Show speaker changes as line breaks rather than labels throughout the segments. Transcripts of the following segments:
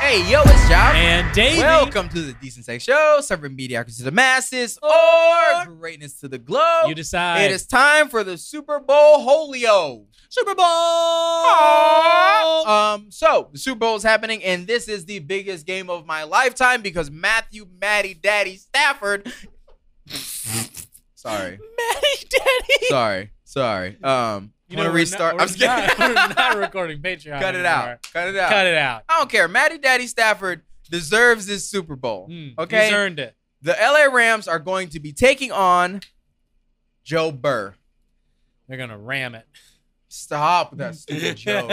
Hey, yo, it's Job.
And Davey.
Welcome to the Decent Sex Show, serving mediocrity to the masses or greatness to the globe.
You decide.
It is time for the Super Bowl Holio.
Super Bowl.
Um, so the Super Bowl is happening, and this is the biggest game of my lifetime because Matthew Matty Daddy Stafford. sorry,
Matty Daddy.
sorry, sorry. Um, you want to
we're
restart?
Not,
I'm
we're
scared.
not- we're not recording Patreon.
Cut it
anymore.
out. Cut it out.
Cut it out.
I don't care. Matty Daddy Stafford deserves this Super Bowl.
Mm,
Okay.
He's earned it.
The LA Rams are going to be taking on Joe Burr.
They're gonna ram it.
Stop with
Mm.
that stupid joke.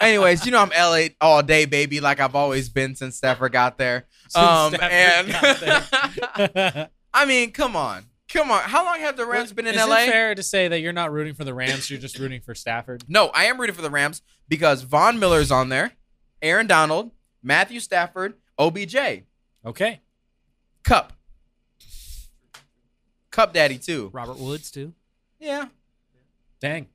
Anyways, you know I'm LA all day, baby, like I've always been since Stafford got there.
Since
Um,
Stafford got
and
there.
I mean, come on, come on. How long have the Rams been in
Is
LA?
it fair to say that you're not rooting for the Rams? You're just rooting for Stafford.
No, I am rooting for the Rams because Von Miller's on there, Aaron Donald, Matthew Stafford, OBJ,
Okay.
Cup, Cup Daddy too.
Robert Woods too.
Yeah.
Dang.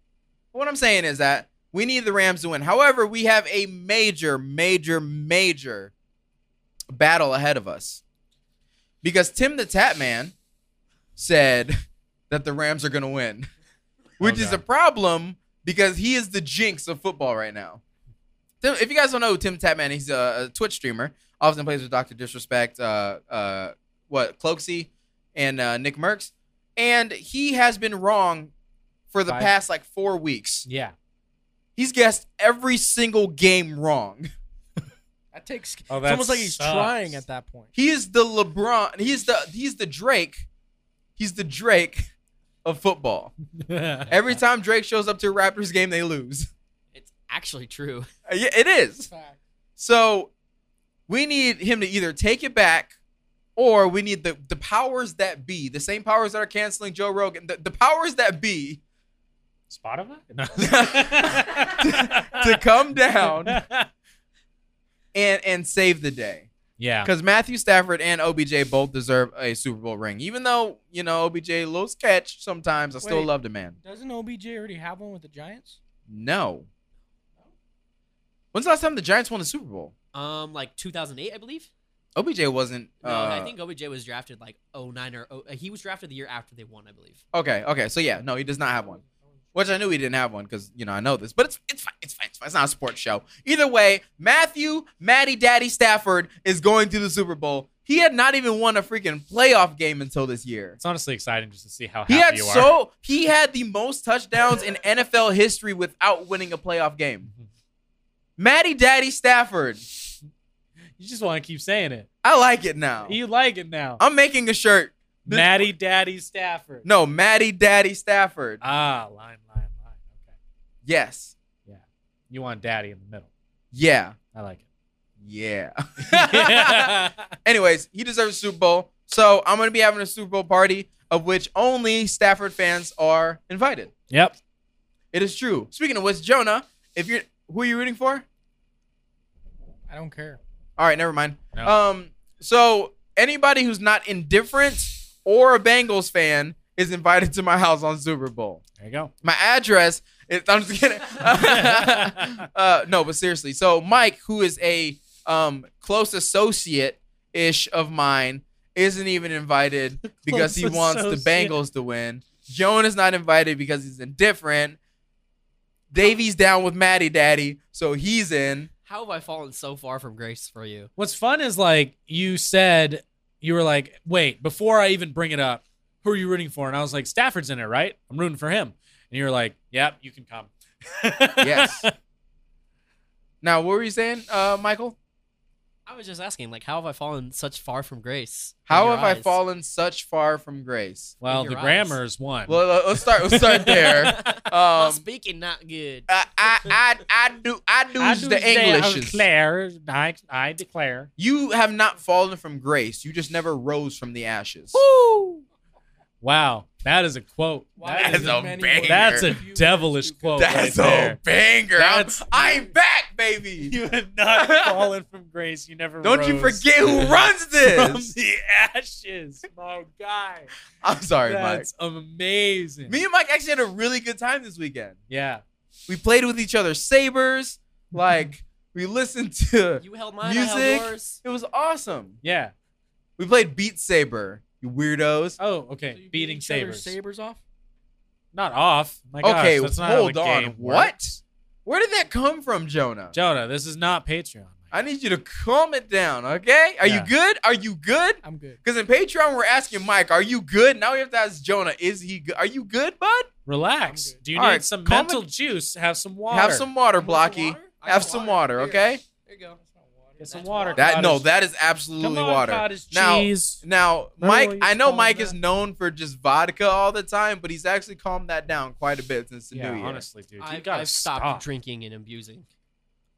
What I'm saying is that we need the Rams to win. However, we have a major, major, major battle ahead of us. Because Tim the Tap Man said that the Rams are going to win, which is
Okay.
a problem because he is the jinx of football right now. Tim, if you guys don't know who Tim the Tap Man, he's a, a Twitch streamer, often plays with Dr. Disrespect, uh, uh, what, Cloaksy, and uh, Nick Merckx. And he has been wrong for the
Five.
past like four weeks.
Yeah.
He's guessed every single game wrong.
That takes.
Oh,
it's almost like he's
sucks.
trying at that point.
He is the LeBron. He's the he's the Drake. He's the Drake of football. Every time Drake shows up to a Raptors game, they lose.
It's actually true.
Uh, Yeah, it is. So we need him to either take it back, or we need the the powers that be, the same powers that are canceling Joe Rogan, the, the powers that be,
Spotify.
to come down and and save the day.
Yeah.
Because Matthew Stafford and OBJ both deserve a Super Bowl ring. Even though, you know, OBJ a little sketch sometimes, I still
Wait.
love the man.
Doesn't OBJ already have one with the Giants?
No. When's the last time the Giants won a Super Bowl?
Um, like 2008, I believe.
OBJ wasn't.
No,
uh,
I think OBJ was drafted like 09 or 0, uh, he was drafted the year after they won, I believe.
Okay, okay. So, yeah, no, he does not have one. Which I knew he didn't have one because, you know, I know this. But it's, it's fine. It's fine. It's fine. It's not a sports show. Either way, Matthew Matty Daddy Stafford is going to the Super Bowl. He had not even won a freaking playoff game until this year.
It's honestly exciting just to see how happy
He had
you are.
so he had the most touchdowns in NFL history without winning a playoff game. Matty Daddy Stafford.
you just want to keep saying it.
I like it now.
You like it now.
I'm making a shirt. Uh, this-
Matty Daddy Stafford.
No, Matty Daddy Stafford.
Ah, line, line, line. Okay.
Yes.
You want Daddy in the middle.
Yeah.
I like
Yeah.
it.
Anyways, he deserves a Super Bowl. So I'm gonna be having a Super Bowl party of which only Stafford fans are invited.
yep.
It is true. Speaking of which, Jonah, if you're who are you rooting for?
I don't care.
All right, never mind.
No.
Um, so anybody who's not indifferent or a Bengals fan is invited to my house on Super Bowl.
There you go.
My address is I'm just kidding. uh, no, but seriously. So Mike, who is a um close associate ish of mine, isn't even invited because he
Close
wants the
associate.
Bengals to win. Jonah's not invited because he's indifferent. Davey's down with Matty Daddy, so he's in.
How have I fallen so far from grace for you?
What's fun is like you said, you were like, wait, before I even bring it up, who are you rooting for? And I was like, Stafford's in it, right? I'm rooting for him. And you were like, yep, you can come.
Yes. Now, what were you saying, uh, Michael?
I was just asking, like, how have I fallen such far from grace? in
How
your
have I
eyes?
fallen such far from grace?
Well,
In
the
your eyes.
grammar's one.
Well, let- let's start. Let's start there.
Well,
Um,
speaking not good.
I, I, I, I do. I do
I
the
declare-
Englishes.
I declare. I, I declare.
You have not fallen from grace. You just never rose from the ashes.
Wow, that is a quote.
That
That
is
is,
a banger.
that's a devilish quote.
That's
right there.
a banger. I'm,
That's-
I'm back, baby.
You have not fallen from grace. You never.
Don't you
rose
forget who runs
from
this.
the ashes, my guy.
I'm sorry, Mike.
That's amazing.
Me and Mike actually had a really good time this weekend.
yeah, Mm-hmm.
We played with each other's sabers. Like We listened to.
You held mine. I
uh, Music.
held yours.
It was awesome.
Yeah.
We played Beat Saber. You weirdos.
Oh,
So you
okay.
beat
Beating
each
sabers.
other's sabers off.
Not off. My gosh,
okay,
that's not how
hold
the
on.
game
What?
works.
Where did that come from, Jonah?
Jonah, this is not Patreon.
I need you to calm it down, okay? Are
Yeah.
you good? Are you good?
I'm good.
Because in Patreon we're asking Mike, "Are you good?" Now we have to ask Jonah, "Is he good? Are you good, bud?
Relax.
I'm good.
Do you
All
need
right,
some
calm
mental juice? Have some water.
Have some water,
You want some
Blocky.
water? I got
Have some water,
Here.
okay?
There you go.
Get some
That's
water.
water.
That no,
Cottage-
that is
Come
absolutely
on,
water.
cottage
Now-
cheese.
Now,
Remember
Mike,
what you
I
was
know
calling
Mike is
that?
known for just vodka all the time, but he's actually calmed that down quite a bit since the
yeah,
new year.
honestly, dude, you
I've,
gotta
I've stopped
stop.
drinking and abusing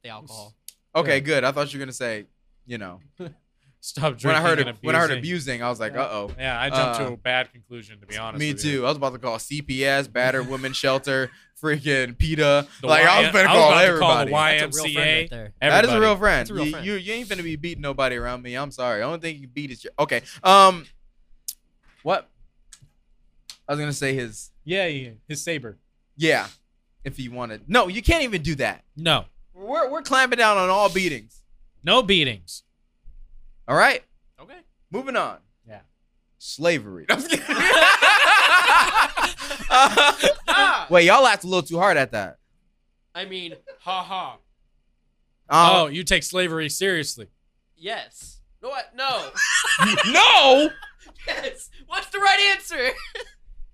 the alcohol.
Okay,
Yeah.
good. I thought you were gonna say, you know,
Stop drinking.
when I heard
and
ab- when I heard
abusing.
abusing, I was like,
Yeah.
uh oh.
Yeah, I
Uh,
jumped to a bad conclusion to be honest.
Me
with you.
too. I was about to call CPS, battered women shelter, freaking PETA.
The
like I
Y-
was about to
I was
call
about to call
everybody.
the
That's a real friend
YMCA.
right there.
That is a
everybody.
real friend.
That's a real
you,
friend.
You, you ain't finna be beating nobody around me. I'm sorry. The only thing you can beat is your okay. Um, what? I was gonna say his
Yeah, yeah, his saber.
yeah, if he wanted. No, you can't even do that.
No,
We're we're clamping down on all beatings.
no beatings.
All right,
Okay.
moving on.
Yeah.
slavery. I'm just kidding. Uh, Wait, y'all laughed a little too hard at that.
I mean,
Ha ha.
Oh,
Um,
you take slavery seriously?
yes. No, what? No.
no.
yes. What's the right answer?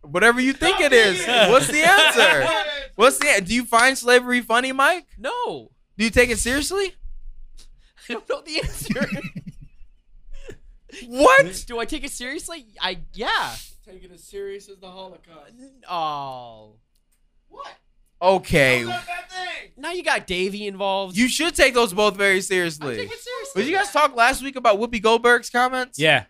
Whatever you think it is. What's the answer? What's the? Do you find slavery funny, Mike?
No.
Do you take it seriously?
I don't know the answer.
What?
Do I take it seriously? I yeah.
Take it as serious as the Holocaust.
Oh.
What?
Okay.
that thing.
Now you got Davey involved.
You should take those both very
I
seriously.
take it seriously.
Did you guys talk last week about Whoopi Goldberg's comments?
Yeah.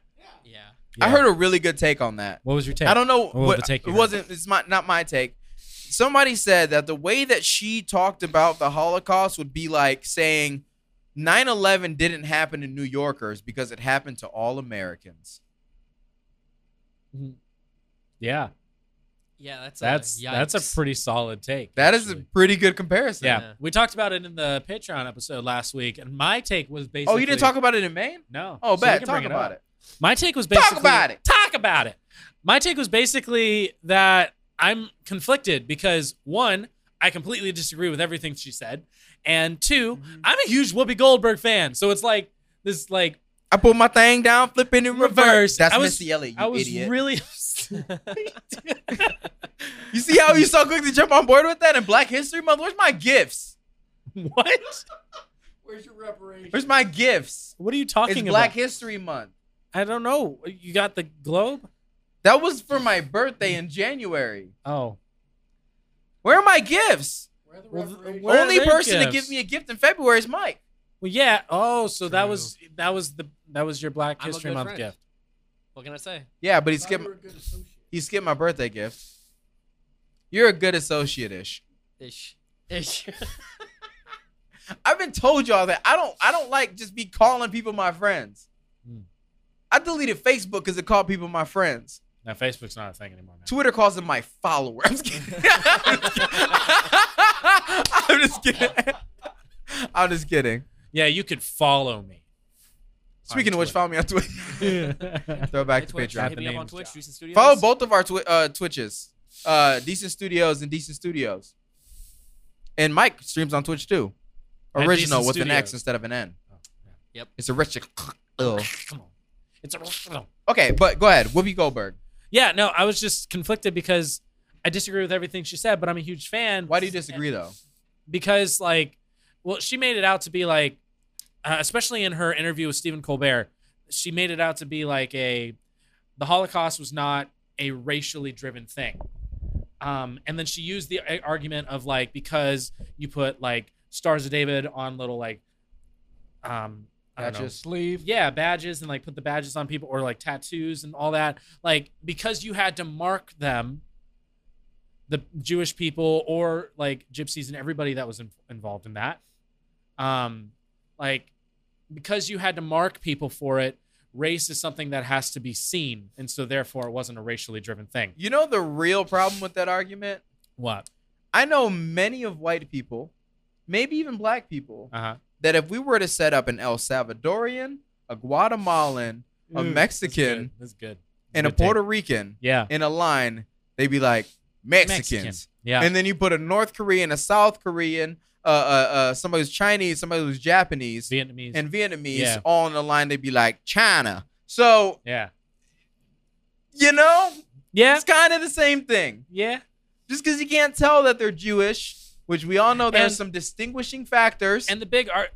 Yeah.
I
yeah.
heard a really good take on that.
What was your take?
I don't know
What was
what
the take you
it
heard?
wasn't it's my not my take. Somebody said that the way that she talked about the Holocaust would be like saying 9/11 didn't happen to New Yorkers because it happened to all Americans.
Yeah,
Yeah, that's
that's
a,
that's
yikes.
a pretty solid take.
That is a
actually.
pretty good comparison.
Yeah.
Yeah.
we talked about it in the Patreon episode last week, and my take was basically.
Oh, you didn't talk about it in Maine?
No.
Oh,
So we
bet.
can
Talk
bring
about
up.
it.
My take was
Talk
basically
about it.
Talk about it. My take was basically that I'm conflicted because one, I completely disagree with everything she said, and 2
Mhm.
i I'm a huge Whoopi Goldberg fan, so it's like this like
I put my thing down, flipping in reverse.
Reverse.
That's
I was-
Missy Elliott, you
I was
idiot.
really
you see how you so quick to jump on board with that in Black History Month? Where's my gifts?
what?
Where's your reparations?
Where's my gifts?
What are you
It's
talking
Black
about?
History Month.
I don't know. You got the globe?
That was for my birthday in January.
Oh,
Where are my gifts?
Where are the
Well, th-
reparations?
Where are
Only
their
person to
gifts?
give me a gift in February is Mike.
well, yeah. Oh, so that
True.
was that was the that was your Black
I'm a
History
good
Month
friend.
gift.
What can I say?
Yeah, but he
Thought you
skipped
were a good associate.
he skipped my birthday gift. You're a good associate ish.
Ish. Ish.
I've been told y'all that I don't I don't like just be calling people my friends.
Hmm.
I deleted Facebook because it called people my friends.
Now Facebook's not a thing anymore. Now.
Twitter calls them my followers. I'm just kidding. I'm just kidding. I'm just kidding.
Yeah, you could follow me.
Speaking of which,
Twitter.
follow me on Twitter. Throw back to
Hey, Twitch,
Patreon.
Hit
The
me up on
name's
Twitch,
John.
Juice Studios.
Follow both of our twi- uh, Twitches, uh, Decent Studios and Decent Studios. And Mike streams on Twitch too.
At
Original
Decent
with an X
Studios.
instead of an N.
Oh, yeah.
It's a rich. Ugh.
Come on. It's a
Okay, but go ahead. Whoopi Goldberg.
Yeah, no, I was just conflicted because I disagree with everything she said, but I'm a huge fan.
Why do you disagree though?
Because like, well, she made it out to be like, uh, especially in her interview with Stephen Colbert, she made it out to be like a, the Holocaust was not a racially driven thing. Um, and then she used the a- argument of like because you put like Stars of David on little like, um, I don't know,
Gotcha.
Sleeve.
yeah badges and like put the badges on people or like tattoos and all that like because you had to mark them the jewish people or like gypsies and everybody that was in- involved in that um like because you had to mark people for it race is something that has to be seen and so therefore it wasn't a racially driven thing
You know the real problem with that argument?
what
I know many of white people, maybe even black people,
uh-huh
that if we were to set up an El Salvadorian, a Guatemalan, a
Ooh,
Mexican,
That's good. That's good.
and a
Good take.
Puerto Rican
Yeah.
in a line, they'd be like Mexicans.
Yeah.
And then you put a North Korean, a South Korean, uh, uh, uh, somebody who's Chinese, somebody who's Japanese,
Vietnamese.
and Vietnamese
Yeah.
all on the line. They'd be like China. So
yeah.
you know,
Yeah.
it's kind of the same thing.
Yeah.
Just because you can't tell that they're Jewish, which we all know there's
And-
some distinguishing factors.
And the big art.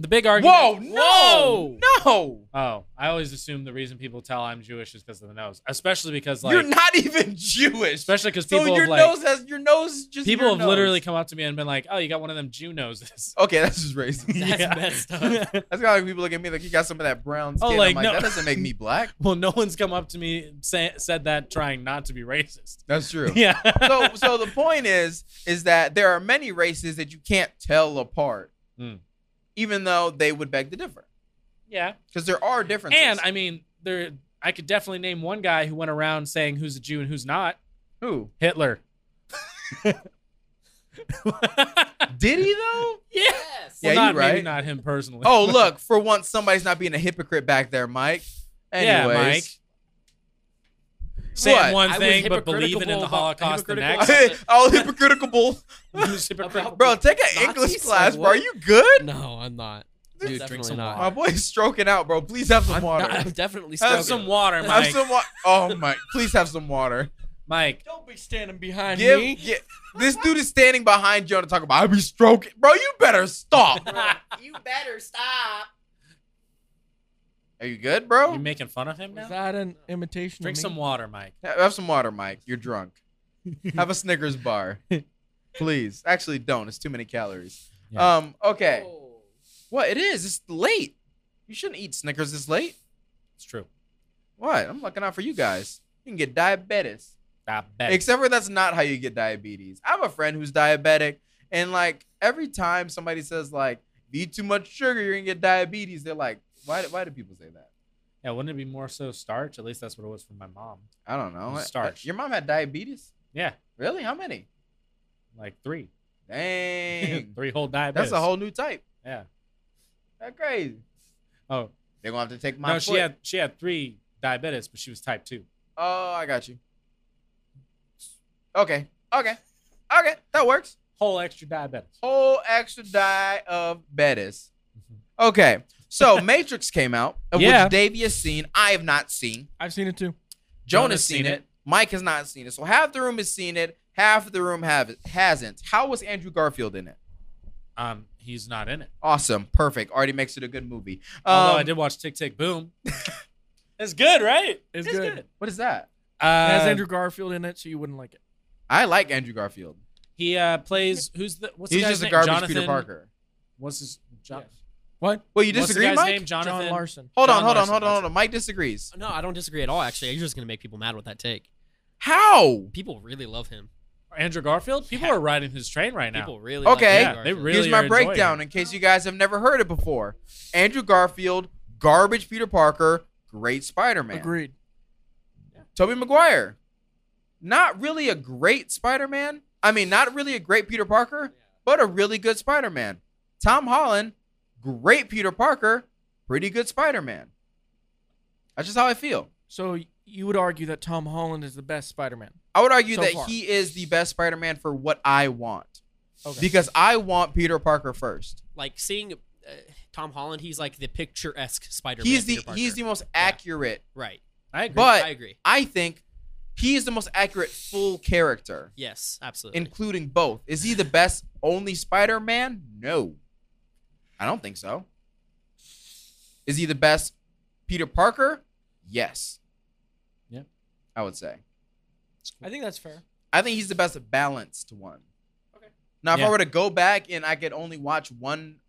The big argument.
whoa, no, no,
Oh, I always assume the reason people tell I'm Jewish is because of the nose, especially because like,
you're not even Jewish.
especially because people
So your
have like,
nose has your nose is just
people
your
have
nose.
literally come up to me and been like, "Oh, you got one of them Jew noses."
Okay, that's just racist.
That's
Yeah.
messed up.
That's kind of like people look at me like you got some of that brown
Oh,
skin.
like,
I'm like
no.
that doesn't make me black.
well, no one's come up to me say, said that trying not to be racist.
That's true.
Yeah.
so so the point is is that there are many races that you can't tell apart,
Hmm.
Mm.
even though they would beg to differ
yeah.
because there are differences.
And I mean, there I could definitely name one guy who went around saying who's a Jew and who's not.
who
Hitler.
did he though?
yeah.
Yes.
Yeah,
well, not
you're right.
maybe not him personally.
oh look, for once somebody's not being a hypocrite back there, Mike.
Yeah,
Anyways,
Saying
What?
one
I was
thing but believing in
hypocritical
the
about-
Holocaust the next.
hypocritical-
all hypocritical.
Who's hypocritical?
Bro, take an
Nazis?
English class,
Like,
bro. Are
what?
you good?
No, I'm not.
Dude,
Dude,
drink
drink some
some
My
water.
water.
boy's stroking out, bro. Please have some
Uh, I'm,
water.
not, I'm definitely
Have
Have
smoking.
some water,
have
Mike.
some water. Oh my! Please have some water.
Mike.
Don't be standing behind
Give,
me.
gi- this dude is standing behind you to talk about. I be stroking, bro. You better stop.
you better stop.
Are you good,
You
bro?
making fun of him
Was
now?
that an imitation?
Drink
of me?
some water, Mike.
Have have some water, Mike. You're drunk. Have a Snickers bar, please. Actually, don't. It's too many calories.
Yeah.
Um. Okay.
Oh.
What? It is. It's late. You shouldn't eat Snickers this late.
It's true.
What? I'm looking out for you guys. You can get diabetes.
I bet.
Except for that's not how you get diabetes. I have a friend who's diabetic, and like every time somebody says like eat too much sugar, you're gonna get diabetes. They're like, why? Why do people say that?
yeah, wouldn't it be more so starch? At least that's what it was for my mom.
I don't know.
It's starch.
Your mom had diabetes?
Yeah,
Really? How many?
like three,
Dang.
three whole diabetes.
that's a whole new type.
Yeah.
That's crazy.
Oh
They're gonna have to take my.
no, she
foot.
had she had three diabetes, but she was type two.
Oh, I got you. Okay. Okay. Okay. That works.
Whole extra diabetes.
Whole extra diet of Bettis. Okay. So Matrix came out, of
Mm-hmm. Yeah.
which Davey has seen. I have not seen.
I've seen it too.
Jonah's, seen, it. Mike has not seen it. So half the room has seen it. Half the room have hasn't. How was Andrew Garfield in it?
Um, he's not in it.
Awesome. Perfect. Already makes it a good movie.
Although
Um,
I did watch Tick Tick Boom. it's good, right?
It's good.
What is that?
Uh,
It has Andrew Garfield in it, so you wouldn't like it.
I like Andrew Garfield.
He uh, plays who's the what's
He's
the guy's
just a
name?
garbage
Jonathan,
Peter Parker.
What's his John?
Yes. What?
Well, you
what's the
disagree,
guy's
Mike?
name? Jonathan.
John Larson.
Hold on,
John
hold on,
Larson,
hold on, hold
that's
on. Mike disagrees.
No, I don't disagree at all. Actually, you're just gonna make people mad with that take.
How?
People really love him.
Andrew Garfield. People
Yeah.
are riding his train right now.
People really.
Okay.
Like
Yeah,
Andrew
they
Garfield.
really-
Here's my
are enjoying
breakdown in case you guys have never heard it before. Andrew Garfield, garbage Peter Parker, great Spider-Man.
Agreed.
Tobey Maguire, not really a great Spider-Man. I mean, not really a great Peter Parker, but a really good Spider-Man. Tom Holland, great Peter Parker, pretty good Spider-Man. That's just how I feel.
So y- you would argue that Tom Holland is the best Spider-Man.
I would argue
So
that
far.
he is the best Spider-Man for what I want.
Okay.
Because I want Peter Parker first.
Like seeing uh, Tom Holland, he's like the picturesque Spider-Man.
he's the
Peter Parker.
he's the most accurate.
right.
I agree.
But
I agree.
I think he is the most accurate full character,
Yes, absolutely.
including both. Is he the best only Spider Man? No. I don't think so. Is he the best Peter Parker? Yes.
Yeah.
I would say.
I think that's fair.
I think he's the best balanced one.
Okay.
Now, if I
Yeah.
were to go back and I could only watch one,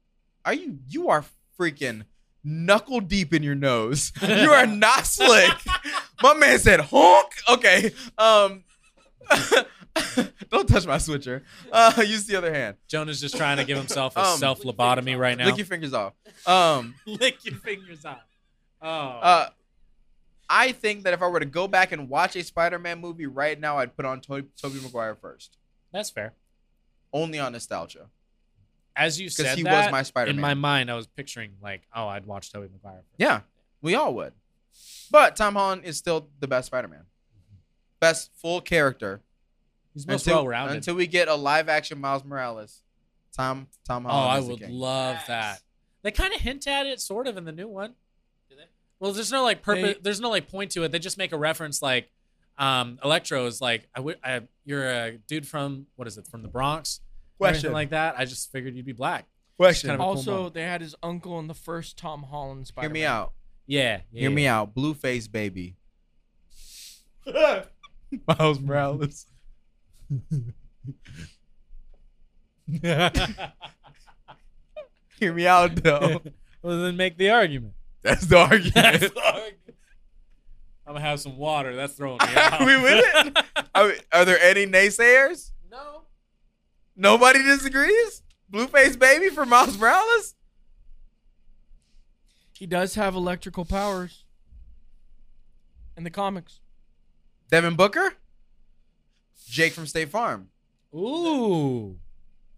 are you? You are freaking knuckle deep in your nose. you are not slick. My man said honk. Okay. Um. don't touch my switcher. Uh, use the other hand.
Jonah's just trying to give himself a
Um,
self lobotomy right now.
Lick your fingers off. Um.
Lick your fingers out. Oh.
Uh. I think that if I were to go back and watch a Spider-Man movie right now, I'd put on to- Tobey Maguire first,
That's fair.
only on nostalgia.
as you
because
said
he
that,
was my Spider
in my
Man.
mind, I was picturing like, oh, I'd watch Tobey Maguire. first.
Yeah, we all would. But Tom Holland is still the best Spider Man, best full character
he's most
until,
well rounded.
until we get a live action Miles Morales. Tom Tom
oh,
Holland.
I
is the
would
king.
love
Yes.
that. They kind of hint at it, sort of, in the new one.
Do they?
Well, there's no like purpose.
They-
there's no like point to it. They just make a reference like, um, Electro is like, I would, I, you're a dude from what is it from the Bronx? or anything
Question.
like that. I just figured you'd be black.
Question.
kind of a cool
also,
moment.
they had his uncle in the first Tom Holland Spider.
Hear me out.
Yeah. yeah
Hear
yeah.
me out. Blueface baby. Miles Morales. Hear me out though.
well, then make the argument.
That's the
That's
argument.
the argument. I'm gonna have some water. That's throwing me out.
Are we with it? Are, are there any naysayers?
No.
Nobody disagrees. Blueface baby for Miles Morales.
He does have electrical powers in the comics.
Devin Booker. Jake from State Farm.
Ooh,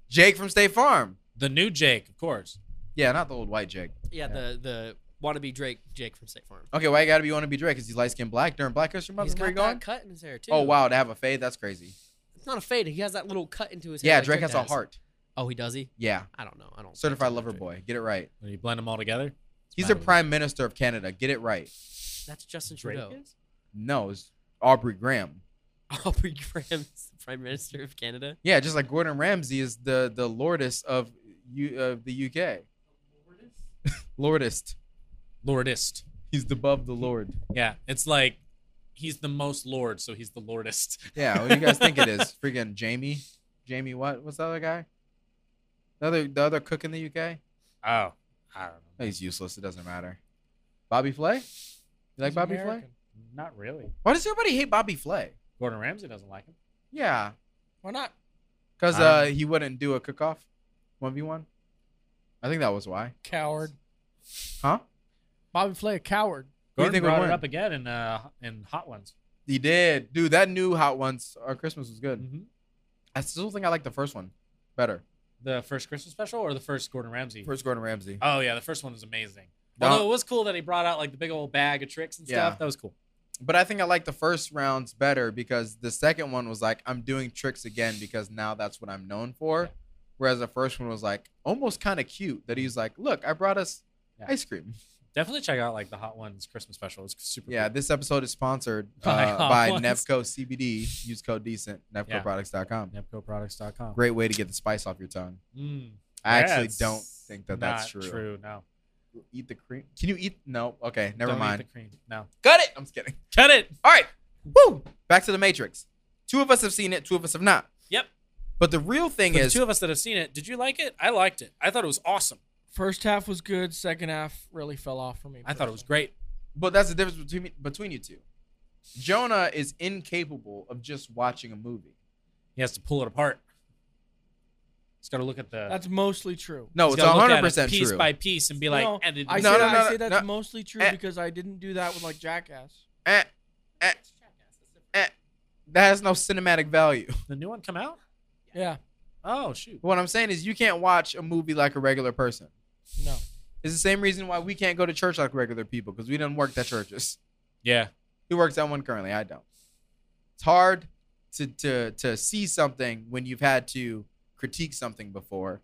Jake from State Farm.
the new Jake, of course.
Yeah, not the old white Jake.
Yeah, the the wannabe Drake Jake from State Farm.
Okay, why you gotta be want to be Drake? Cause he's light skinned black during Black History Month.
He's
Is where
got
you going?
that cut in his hair too.
Oh wow, to have a fade, that's crazy.
It's not a fade. He has that little cut into his hair.
Yeah,
like
Drake has a
does.
heart.
Oh, he does. He?
Yeah,
I don't know. I don't.
certified
I don't know
lover
Drake.
boy. Get it right.
When you blend them all together.
He's
my
the prime minister of Canada. Get it right.
That's Justin
Drake
Trudeau.
is?
No, it's Aubrey Graham.
Aubrey Graham is the Prime Minister of Canada.
Yeah, just like Gordon Ramsay is the the lordess of you of the UK. Lordest.
Lordist.
He's above the lord.
Yeah, it's like he's the most Lord, so he's the Lordist.
Yeah, what do you guys think it is? Freaking Jamie. Jamie what? What's the other guy? The other the other cook in the UK?
Oh, I don't know.
He's useless. It doesn't matter. Bobby Flay? You like
He's
Bobby Flay?
American.
Not really.
Why does everybody hate Bobby Flay?
Gordon Ramsay doesn't like him.
Yeah.
Why not?
Because
I
uh, he wouldn't do a cook off 1v1. I think that was why.
Coward.
Huh?
Bobby Flay, a coward.
Who do you
Gordon
think would
brought
win?
it up again in uh in Hot Ones.
He did. Dude, that new Hot Ones or Christmas was good.
Mm-hmm.
I still think I like the first one better.
The first Christmas special or the first Gordon Ramsay?
First Gordon Ramsay.
Oh yeah, the first one was amazing.
Now-
Although it was cool that he brought out like the big old bag of tricks and
Yeah.
stuff. That was cool.
But I think I like the first rounds better because the second one was like, I'm doing tricks again because now that's what I'm known for. Whereas the first one was like almost kind of cute that he's like, Look, I brought us
Yeah.
ice cream.
Definitely check out like the Hot Ones Christmas special. It's super.
Yeah,
cool.
this episode is sponsored
By
uh,
Hot
by
Ones.
Nevco CBD. Use code E decent,
Yeah.
nevcoproducts.com.
NEPCOproducts.com.
Great way to get the spice off your tongue.
Mm,
I actually
that's
don't think that that's
not
true.
True. No.
Eat the cream. Can you eat? No. Okay, never
Don't eat
mind.
the cream. No.
Cut it. I'm just kidding.
Cut it.
All right. Woo. Back to the Matrix. Two of us have seen it, two of us have not.
Yep.
But the real thing
For the
is
two of us that have seen it, did you like it? I liked it. I thought it was awesome.
First half was good. Second half really fell off for me.
I thought it
personally.
was great.
But that's the difference between me- between you two. Jonah is incapable of just watching a movie.
He has to pull it apart. He's got to look at the.
That's mostly true.
No,
he's
it's
gotta look at it
100%
piece
true.
by piece and be like,
no,
and it-
I,
No,
say,
no,
I
no,
say
no,
that's
no.
mostly true
Eh.
because I didn't do that with like Jackass.
Eh, eh, eh. That has no cinematic value.
the new one come out?
Yeah,
Oh shoot!
What I'm saying is you can't watch a movie like a regular person.
no.
It's the same reason why we can't go to church like regular people because we didn't work at churches.
Yeah,
He works at one currently. I don't. It's hard to to to see something when you've had to critique something before.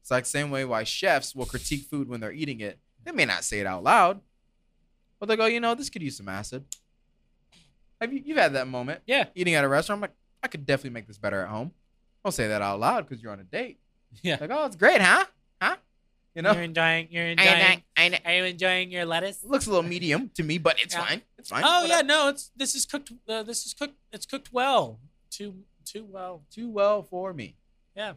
It's like same way why chefs will critique food when they're eating it. They may not say it out loud, but they go, you know, this could use some acid. Have you you've had that moment
yeah,
eating at a restaurant? I'm like, I could definitely make this better at home. Don't say that out loud because you're on a date.
yeah.
Like, oh, it's great, huh? Huh? You know,
enjoying. You're Are you enjoying your lettuce?
looks a little medium to me, but it's
Yeah.
fine. It's fine.
Oh
Whatever.
yeah, no. It's this is cooked. Uh, this is cooked. It's cooked well. Too too well.
too well for me.
Yeah.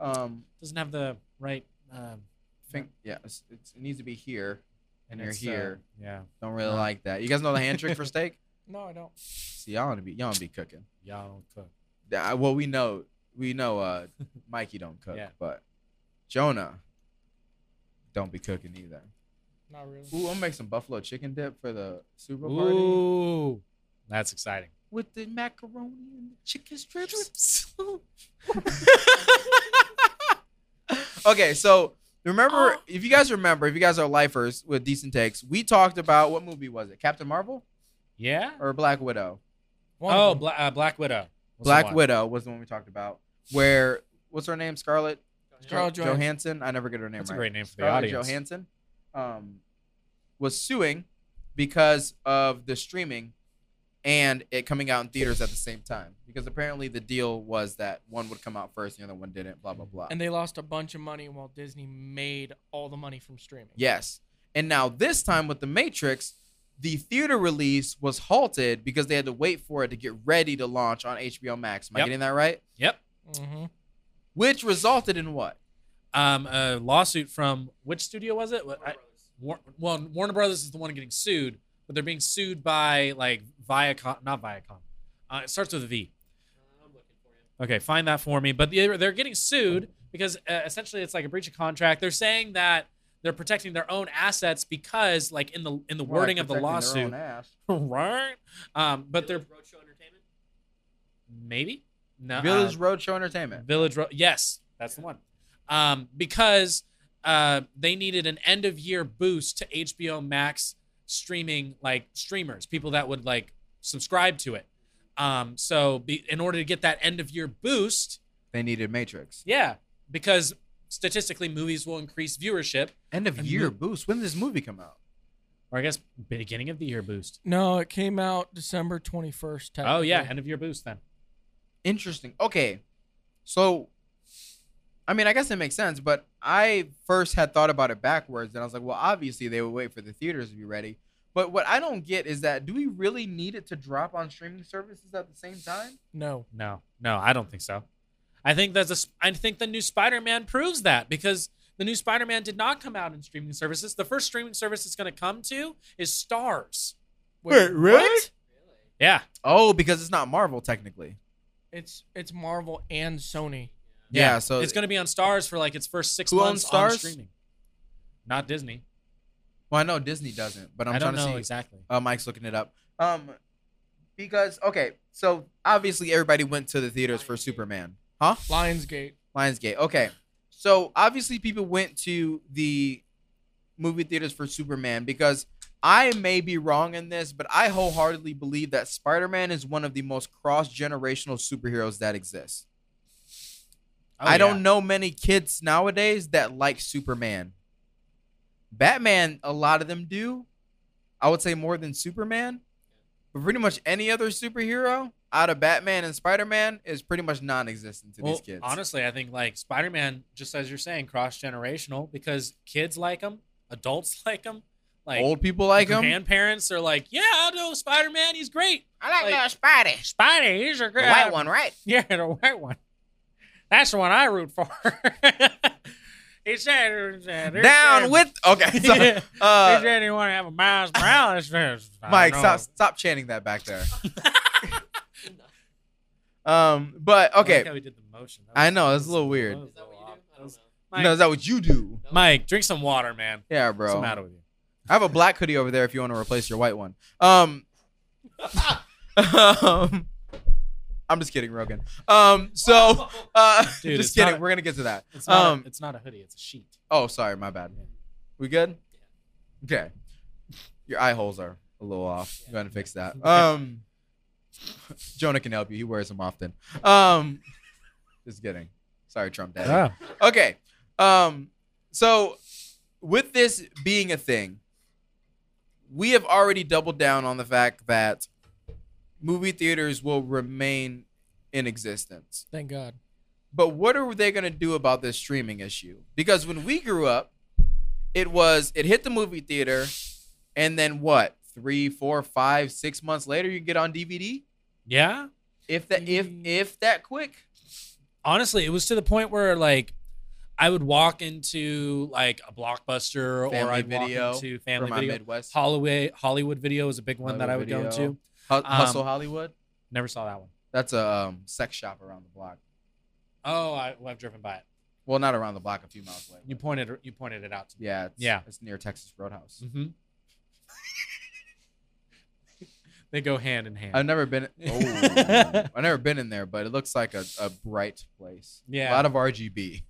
Um.
Doesn't have the right. Um,
Think. Yeah. it's, it's, it needs to be here, and, you're
it's, uh,
here.
yeah.
Don't really
no.
like that. You guys know the hand trick for steak.
No, I don't.
See, y'all don't be y'all don't be cooking.
Y'all don't cook.
Yeah, well, we know we know. Uh, Mikey don't cook,
Yeah.
but Jonah don't be cooking either.
Not really.
Ooh, I'll make some buffalo chicken dip for the Super Bowl party
Ooh, that's exciting.
with the macaroni and the chicken strips. Okay, so remember, if you guys remember, if you guys are lifers with decent takes, we talked about what movie was it? Captain Marvel
Yeah.
or Black Widow?
One of
Oh,
them.
Bla- uh, Black Widow. was the
Black
one.
Widow was the one we taltalked about. Where what's her name? Scarlett
Scarlett
Jo-
Johansson.
Johansson. I never get her name
That's
right.
a great name for the
Scarlett
audience.
Johansson um, was suing because of the streaming and it coming out in theaters at the same time. Because apparently the deal was that one would come out first and the other one didn't. Blah blah blah.
and they lost a bunch of money while Disney made all the money from streaming.
Yes. And now this time with the Matrix, the theater release was halted because they had to wait for it to get ready to launch on HBO Max. Am I
Yep.
getting that right?
Yep.
Mm-hmm.
Which resulted in what?
Um, a lawsuit from which studio was it? Wa- I- War- well, Warner Brothers is the one getting sued, but they're being sued by like Viacom, not Viacom. Uh, it starts with a V. Okay, find that for me. But they're, they're getting sued because uh, essentially it's like a breach of contract. They're saying that they're protecting their own assets because, like in the in the wording of the
Protecting their
lawsuit,
own ass.
right? Um, but they're maybe no uh,
Village Roadshow Entertainment.
Village Road. Yes, that's the one. Um, because uh, they needed an end of year boost to HBO Max streaming, like streamers, people that would like subscribe to it. Um, so be, in order to get that end of year boost,
They needed Matrix.
yeah, because statistically movies will increase viewership,
End of
And
year
mo-
boost. When did this movie come out?
or I guess beginning of the year boost.
No, it came out December 21st.
Oh yeah,
technically.
end of year boost then.
Interesting. Okay. So I mean, I guess it makes sense, but I first had thought about it backwards and I was like, well, obviously they would wait for the theaters to be ready. But what I don't get is that do we really need it to drop on streaming services at the same time?
No.
No, no, I don't think so. I think that's a. s- I think the new Spider-Man proves that because the new Spider-Man did not come out in streaming services. The first streaming service it's going to come to is Stars.
Wait,
what?
Yeah,
Oh, because it's not Marvel technically.
It's it's Marvel and Sony.
Yeah, so
it's going to be on Stars for like its first six
Who
months
owns
on
Starz?
streaming. Not Disney.
Well, I know Disney doesn't, but I'm
I
trying
don't
to see
know exactly.
Uh, Mike's looking it up. Um, because okay, so obviously everybody went to the theaters for Superman, huh?
Lionsgate.
Lionsgate. Okay, so obviously people went to the movie theaters for Superman because I may be wrong in this, but I wholeheartedly believe that Spider-Man is one of the most cross-generational superheroes that exists.
Oh,
I
yeah.
don't know many kids nowadays that like Superman. Batman, a lot of them do. I would say more than Superman. But pretty much any other superhero out of Batman and Spider Man is pretty much non existent to
Well,
these kids.
honestly, I think like Spider-Man, just as you're saying, cross-generational because kids like him, adults like him, like
Old people like him.
grandparents are like, yeah, I know Spider-Man. He's great.
I
like-
little Spidey.
Spidey, he's a great
one, right?
Yeah, the white one. That's the one I root for. he said,
Down with. Okay. so, uh,
anyone have a Miles Morales
Mike, stop, stop chanting that back there. um, But okay.
how we did the motion.
I know. It's a little weird.
That was
Is
a little off.
that what you do? I don't know.
You know, is that what you do?
Mike, drink some water, man.
Yeah, bro.
What's the matter with you?
I have a black hoodie over there if you want to replace your white one. Um, um, I'm just kidding, Rogan. Um, so uh,
Dude,
just
it's not
kidding.
a-
We're gonna get to that.
It's not,
Um,
a, it's not a hoodie. It's a sheet.
Oh, sorry, my bad. We good? Okay. Your eye holes are a little off. Go ahead and fix that. Um, Jonah can help you. He wears them often. Um, just kidding. Sorry, Trump Daddy. Okay. Um so with this being a thing, we have already doubled down on the fact that movie theaters will remain in existence.
Thank God.
But what are they going to do about this streaming issue? Because when we grew up, it was it hit the movie theater and then what? Three, four, five, six months later you can get on DVD?
Yeah.
If that if
Mm.
if that quick.
honestly, it was to the point where like I would walk into like a blockbuster or
Family
I'd
Video
walk into
for
family
my
video.
Midwest
Holloway Hollywood video is a big one that I would
Hollywood
go
Video.
into.
Hu- Hustle Hollywood.
Never saw that one.
That's a um, sex shop around the block.
Oh, I, well, I've driven by it.
Well, not around the block, a few miles away.
You pointed you pointed it out to me.
yeah, it's,
Yeah.
it's near Texas Roadhouse.
Mm-hmm. they go hand in hand.
I've never been. Oh, I've never been in there, but it looks like a, a bright place.
Yeah.
a lot of RGB.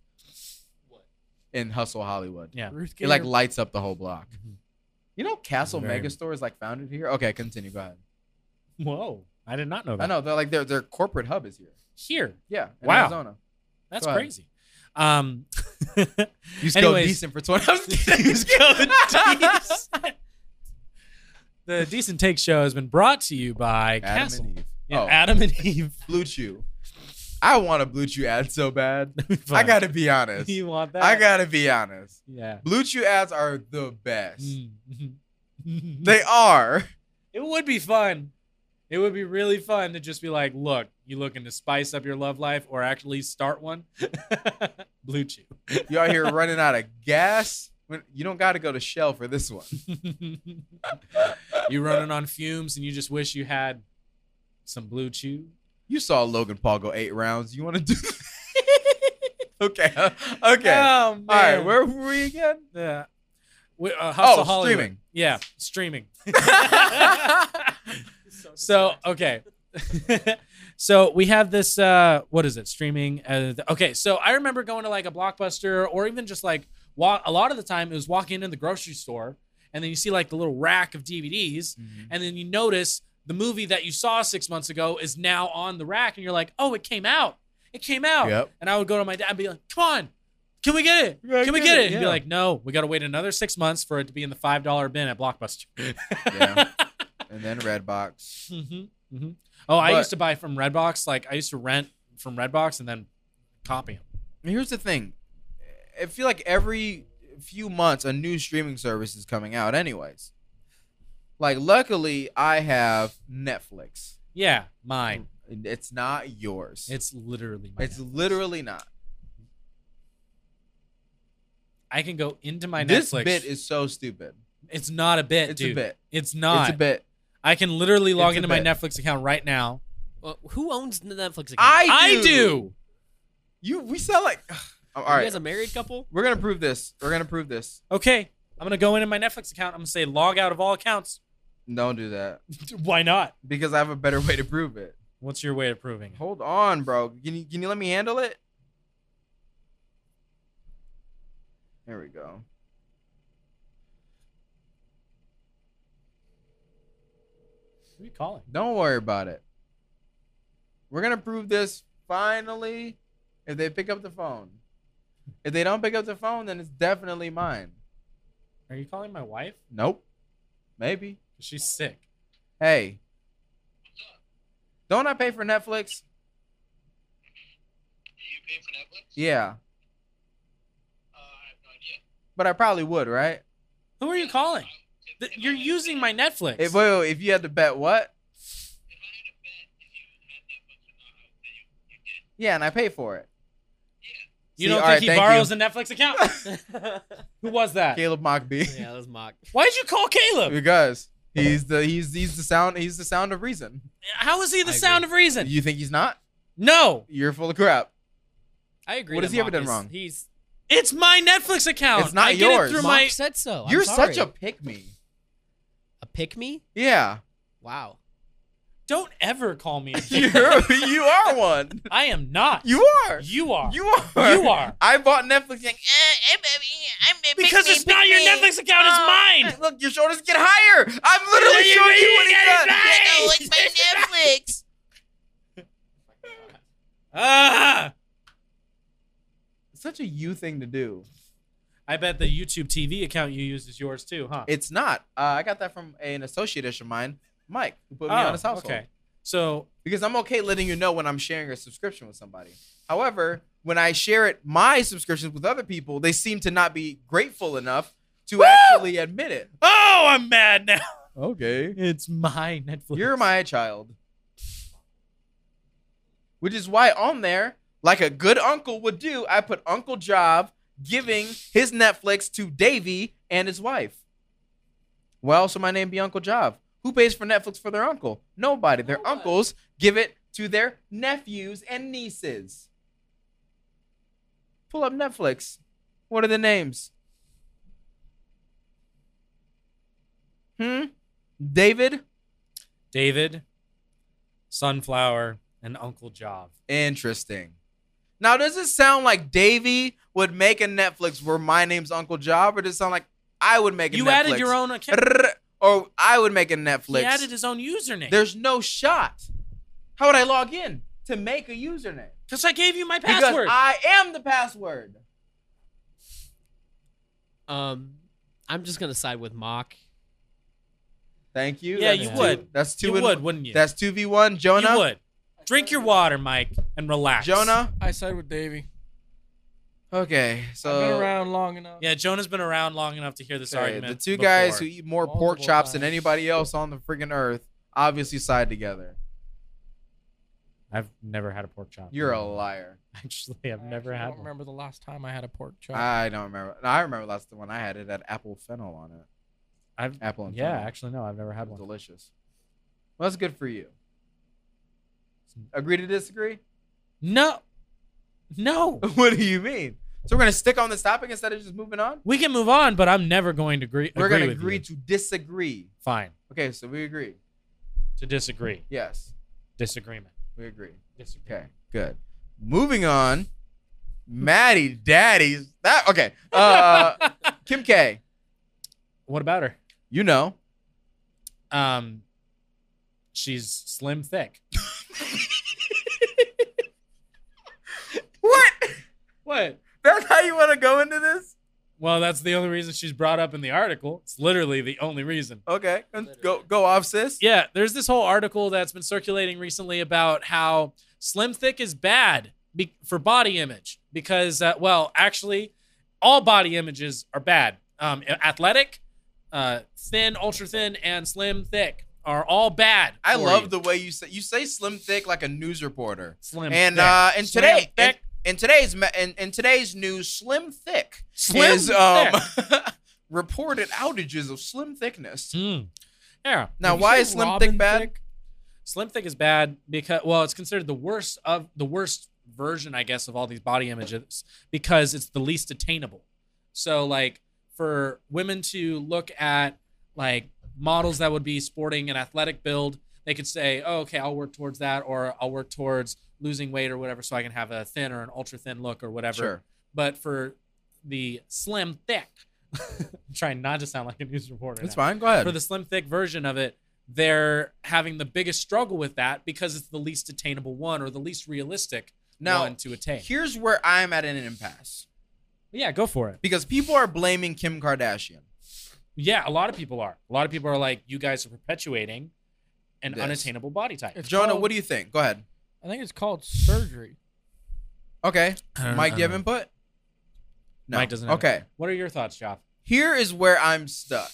What?
in Hustle Hollywood.
Yeah.
Ruth
It like
Gator.
lights up the whole block.
Mhm.
You know, Castle
Very-
Megastore is like founded here. Okay, continue. Go ahead.
Whoa, I did not know that.
I know they're like their their corporate hub is here.
Here,
Yeah, in
Wow.
Arizona.
that's
Go ahead.
crazy. Um,
Use
code
code
Anyways.
decent for twenty.
Use code decent. the decent take show has been brought to you by Castle.
Adam and Eve.
Yeah,
oh,
Adam and Eve.
Blue Chew. I want a Blue Chew ad so bad. I gotta be honest.
You want that?
I gotta be honest.
Yeah.
Blue Chew ads are the best.
Mm.
They are.
it would be fun. It would be really fun to just be like, look, you looking to spice up your love life or actually start one? Blue Chew.
You out here running out of gas. When- You don't gotta go to Shell for this one.
you running on fumes and you just wish you had some Blue Chew.
You saw Logan Paul go eight rounds. You want to do? okay. uh, Okay.
Oh, man.
All right. Where were we again?
Yeah. We, uh, Hustle
Oh,
Hollywood.
streaming.
Yeah, streaming.
So,
so okay so we have this uh what is it streaming uh, th- okay so i remember going to like a blockbuster or even just like walk a lot of the time it was walking in the grocery store and then you see like the little rack of dvds and then you notice the movie that you saw six months ago is now on the rack and you're like oh it came out it came out
Yep.
and i would go to my dad and be like come on can we get it?
Yeah,
Can we
get
get
it,
it? He'd be
yeah.
like, no, we got to wait another six months for it to be in the $5 bin at Blockbuster. Oh.
Yeah. And then Redbox.
hmm hmm Oh, I
Mm-hmm, But-
used to buy from Redbox. Like I used to rent from Redbox and then copy them.
Here's the thing. I feel like every few months a new streaming service is coming out. Anyways, like luckily I have Netflix.
Yeah, mine.
It's not yours.
It's literally mine.
Mm. it's literally not.
I can go into my
this
Netflix.
bit is so stupid.
it's not a bit,
It's
dude.
a bit.
It's not.
It's a bit.
I can literally log
It's a
into my
bit.
Netflix account right now.
well, who owns the Netflix account?
I
I
do.
You we sound like all
Are
right.
You guys a married couple?
We're gonna prove this. We're gonna prove this.
Okay, I'm gonna go into my Netflix account. I'm gonna say log out of all accounts.
Don't do that
Why not?
because I have a better way to prove it.
What's your way of proving? it?
Hold on, bro. Can you can you let me handle it? There we go.
Who are you calling?
Don't worry about it. We're gonna prove this finally. If they pick up the phone, if they don't pick up the phone, then it's definitely mine.
Are you calling my wife?
Nope. Maybe.
She's sick.
Hey. Don't I pay for Netflix?
You pay for Netflix?
Yeah.
Uh, I have no idea.
But I probably would, right?
Who are you calling?
If,
Th-
if
You're
I had
using my Netflix.
If, wait, wait, if you had to bet what?
a- If I had to bet if you had Netflix or not, I would say you, you did.
Yeah, and I pay for it.
You
See, all
don't think
right,
he
thank
borrows
you.
a Netflix account? Who was that?
Caleb Mockbee.
yeah, that's mock.
Why did you call Caleb?
because he's the he's he's the sound he's the sound of reason.
How is he the
I
sound of reason?
You think he's not?
no,
You're full of crap.
I agree.
What has
that
he ever
mock
done
is-
wrong?
He's
it's my Netflix account.
It's not
I get it
yours.
through
mock
my.
said so. I'm
You're
sorry.
such a pick me.
a pick me.
Yeah.
Wow.
Don't ever call me. A
You're you are one.
I am not.
You are.
You are.
You are.
You are.
I bought Netflix like
because it's not your Netflix account.
Oh.
It's mine.
Look, your shoulders get higher. I'm literally
You-
showing
you-
you what
you
he's
got it
done.
back.
it's my Netflix.
Ah!
It's such a you thing to do.
I bet the YouTube TV account you used is yours too, huh?
It's not. Uh, I got that from an associate of mine, Mike, who put me
Oh,
on his household.
Okay. So
Because I'm okay letting you know when I'm sharing a subscription with somebody. However, when I share it, my subscriptions with other people, they seem to not be grateful enough to actually admit it.
Oh, I'm mad now.
Okay.
It's my Netflix.
You're my child. Which is why on there, like a good uncle would do, I put Uncle Job giving his Netflix to Davey and his wife. Why else would my name be Uncle Job? Who pays for Netflix for their uncle? Nobody. Their
Nobody.
uncles give it to their nephews and nieces. Pull up Netflix. What are the names? Hmm? David?
David, Sunflower, and Uncle Job.
Interesting. Now, does it sound like Davey would make a Netflix where my name's Uncle Job, or does it sound like I would make a
You
Netflix?
added your own account.
Or I would make a
He
Netflix.
added his own username
There's no shot. How would I log in to make a username?
because I gave you my
Because
password.
I am the password.
Um, I'm just gonna side with Mock.
Thank you.
Yeah,
That's
you
two-
would.
That's two.
you
and-
would, wouldn't you?
That's two v one. Jonah.
You would. Drink your water, Mike, and relax.
Jonah.
I side with Davey.
Okay, so
I've been around long enough.
Yeah, Jonah's been around long enough to hear this
Okay,
argument.
The two guys who
before.
eat more pork
Multiple
chops than
times.
anybody else on the friggin' earth obviously side together.
I've never had a pork chop.
You're a liar.
Actually, I've
I
never
actually
had
don't
one.
remember the last time I had a pork chop.
I don't remember. No, I remember last the one I had. It had apple fennel on it.
I've
Apple and
yeah,
fennel.
actually no, I've never
It
had
was
one.
delicious. Well, that's good for you. Agree to disagree?
No, no,
what do you mean? So we're gonna stick on this topic instead of just moving on?
we can move on, but I'm never going to agree.
We're
agree
gonna
with
agree
you.
to disagree.
fine
Okay, so we agree.
to disagree.
Yes,
Disagreement.
we agree.
Disagree.
Okay, good. Moving on. Maddie Daddies. That okay. Uh Kim K.
What about her?
You know.
Um, she's slim thick.
What?
What?
That's how you want to go into this?
Well, that's the only reason she's brought up in the article. It's literally the only reason.
Okay. Go go off, sis.
Yeah, there's this whole article that's been circulating recently about how slim thick is bad be- for body image because, uh, well, actually, all body images are bad. Um, athletic, uh, thin, ultra thin, and slim thick are all bad.
I
for
love
you.
the way you say you say slim thick like a news reporter.
slim
And
thick.
uh and
Slim
today in,
thick.
in today's ma- in, in today's news, slim thick
Slim
is um reported outages of slim thickness.
Mm. Yeah,
Now
Have you
why
seen
is slim
Robin
thick bad?
slim thick is bad because well, it's considered the worst of the worst version, I guess, of all these body images because it's the least attainable. So like for women to look at like models that would be sporting an athletic build, they could say, oh, okay, I'll work towards that, or I'll work towards losing weight or whatever, so I can have a thin or an ultra thin look or whatever.
Sure.
But for the slim thick, I'm trying not to sound like a news reporter.
It's
now
fine. Go ahead.
for the slim thick version of it they're having the biggest struggle with that because it's the least attainable one or the least realistic
now
one to attain
here's where I'm at an impasse.
yeah go for it
Because people are blaming Kim Kardashian.
yeah a lot of people are a lot of people are like you guys are perpetuating an
This.
unattainable body type
It's
Jonah,
called-
what do you think? Go ahead.
I think it's called surgery.
Okay. Mike, do you have input? No.
Mike doesn't have
Okay.
what are your thoughts Joff?
Here is where I'm stuck.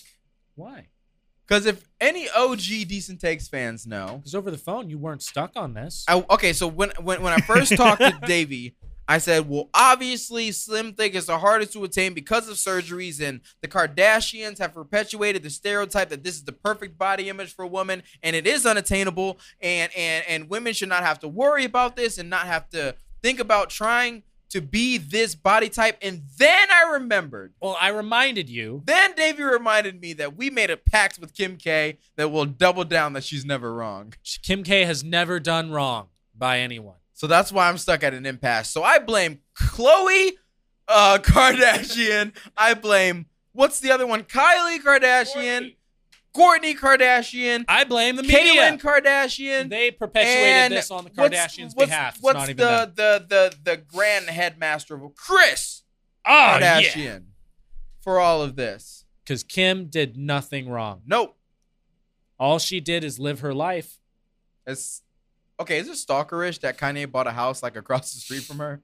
why
Because if any OG Decent Takes fans know,
because over the phone you weren't stuck on this
I, okay, so when, when when I first talked to Davey, I said, well, obviously, slim thick is the hardest to attain because of surgeries, and the Kardashians have perpetuated the stereotype that this is the perfect body image for a woman, and it is unattainable, and and and women should not have to worry about this and not have to think about trying to be this body type. And then I remembered
well i reminded you
Then Davey reminded me that we made a pact with Kim K that will double down that she's never wrong.
kim k has never done wrong by anyone
So that's why I'm stuck at an impasse. So I blame Chloe uh, Kardashian. I blame what's the other one? Kylie Kardashian, Courtney Kardashian,
i blame the media
Caitlyn Kardashian.
they perpetuated
and
this on the
what's-
kardashians
what's,
behalf it's
what's
not even them.
the, the the the grand headmaster of Chris
Oh, yeah.
Kardashian for all of this?
Because Kim did nothing wrong.
Nope.
All she did is live her life.
It's okay. Is it stalkerish that Kanye bought a house like across the street from her?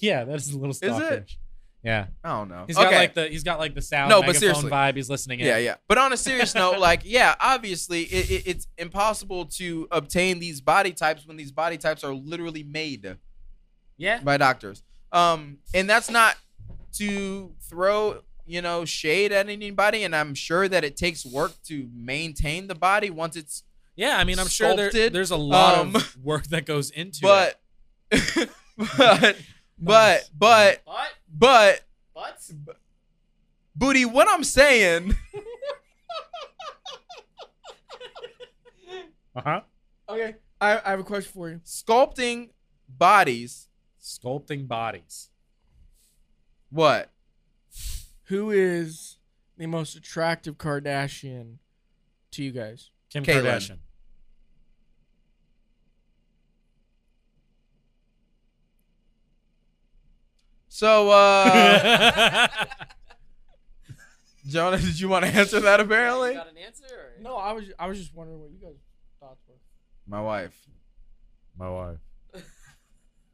Yeah, that is a little stalkerish.
it?
Yeah,
I don't know.
he's
okay.
got like the he's got like the sound
No,
no,
but
megaphone
seriously.
vibe. He's listening in.
yeah, yeah. But on a serious note, like, yeah, obviously, it, it, it's impossible to obtain these body types when these body types are literally made
yeah.
by doctors. Um, and that's not to throw you know shade at anybody. And I'm sure that it takes work to maintain the body once it's
Yeah, I mean, I'm sure there,
Sculpted.
there's a lot
Um,
of work that goes into it.
but but but
Nice.
but
But
but
but
booty. What I'm saying.
Uh huh.
Okay. I, I have a question for you.
sculpting bodies
Sculpting bodies.
What?
Who is the most attractive Kardashian to you guys?
Kim
Caitlyn.
Kardashian.
So, uh, Jonah, did you want to answer that apparently?
got an answer? Or?
No, I was I was just wondering what you guys thoughts were.
My wife.
My wife.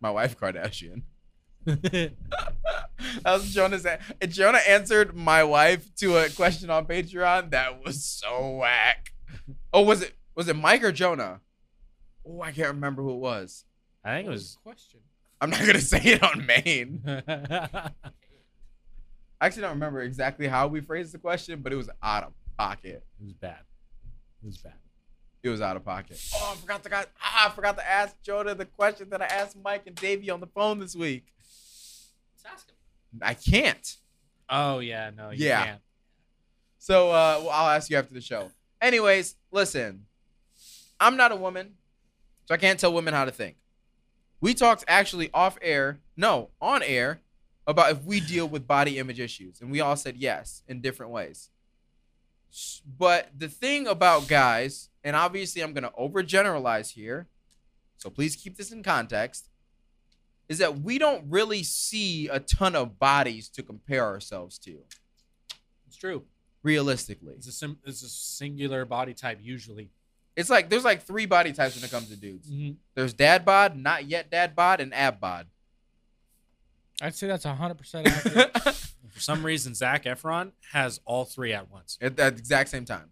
My wife, Kardashian. That was Jonah's. An- and Jonah answered my wife to a question on Patreon that was so whack. Oh, was it was it Mike or Jonah? Oh, I can't remember who it was.
I think
What
it was.
the question.
I'm not gonna say it on Maine.
it
I actually don't remember exactly how we phrased the question, but it was out of pocket.
was bad. It was bad.
It was out of pocket. Oh, I forgot to ah, I forgot to ask Jonah the question that I asked Mike and Davey on the phone this week.
Let's ask him.
I can't.
Oh yeah, no, you
Yeah.
can't.
So uh, well, I'll ask you after the show. Anyways, listen, I'm not a woman, so I can't tell women how to think. We talked actually off air, no, on air, about if we deal with body image issues, and we all said yes in different ways. S- But the thing about guys, and obviously I'm going to overgeneralize here, so please keep this in context, is that we don't really see a ton of bodies to compare ourselves to
It's true.
realistically.
It's a sim- it's a singular body type usually. Mm-hmm.
It's like there's like three body types when it comes to dudes. There's dad bod, not yet dad bod, and ab bod.
I'd say that's 100% accurate.
For some reason, Zach Efron has all three at once.
At the exact same time.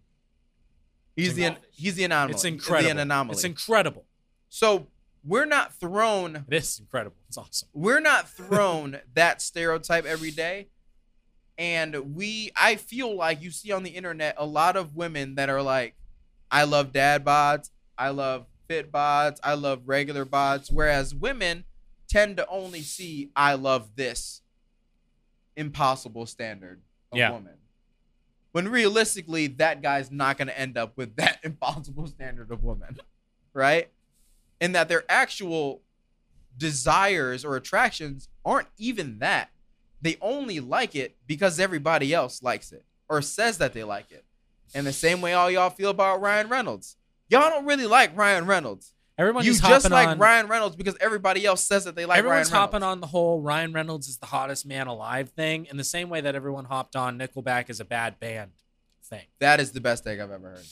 He's the he's the anomaly.
It's incredible.
The anomaly.
It's incredible.
so we're not thrown
It is incredible. It's awesome.
we're not thrown that stereotype every day. And we I feel like you see on the internet a lot of women that are like, I love dad bods, I love fit bods, I love regular bods, whereas women tend to only see I love this impossible standard of
Yeah.
woman. When realistically, that guy's not gonna end up with that impossible standard of woman. Right? And that their actual desires or attractions aren't even that. They only like it because everybody else likes it or says that they like it. And the same way all y'all feel about Ryan Reynolds. Y'all don't really like Ryan Reynolds.
Everyone
you
who's
just
hopping
like
on,
Ryan Reynolds because everybody else says that they like
everyone's
Ryan Reynolds.
hopping on the whole Ryan Reynolds is the hottest man alive thing, in the same way that everyone hopped on Nickelback is a bad band thing.
That is the best take I've ever heard.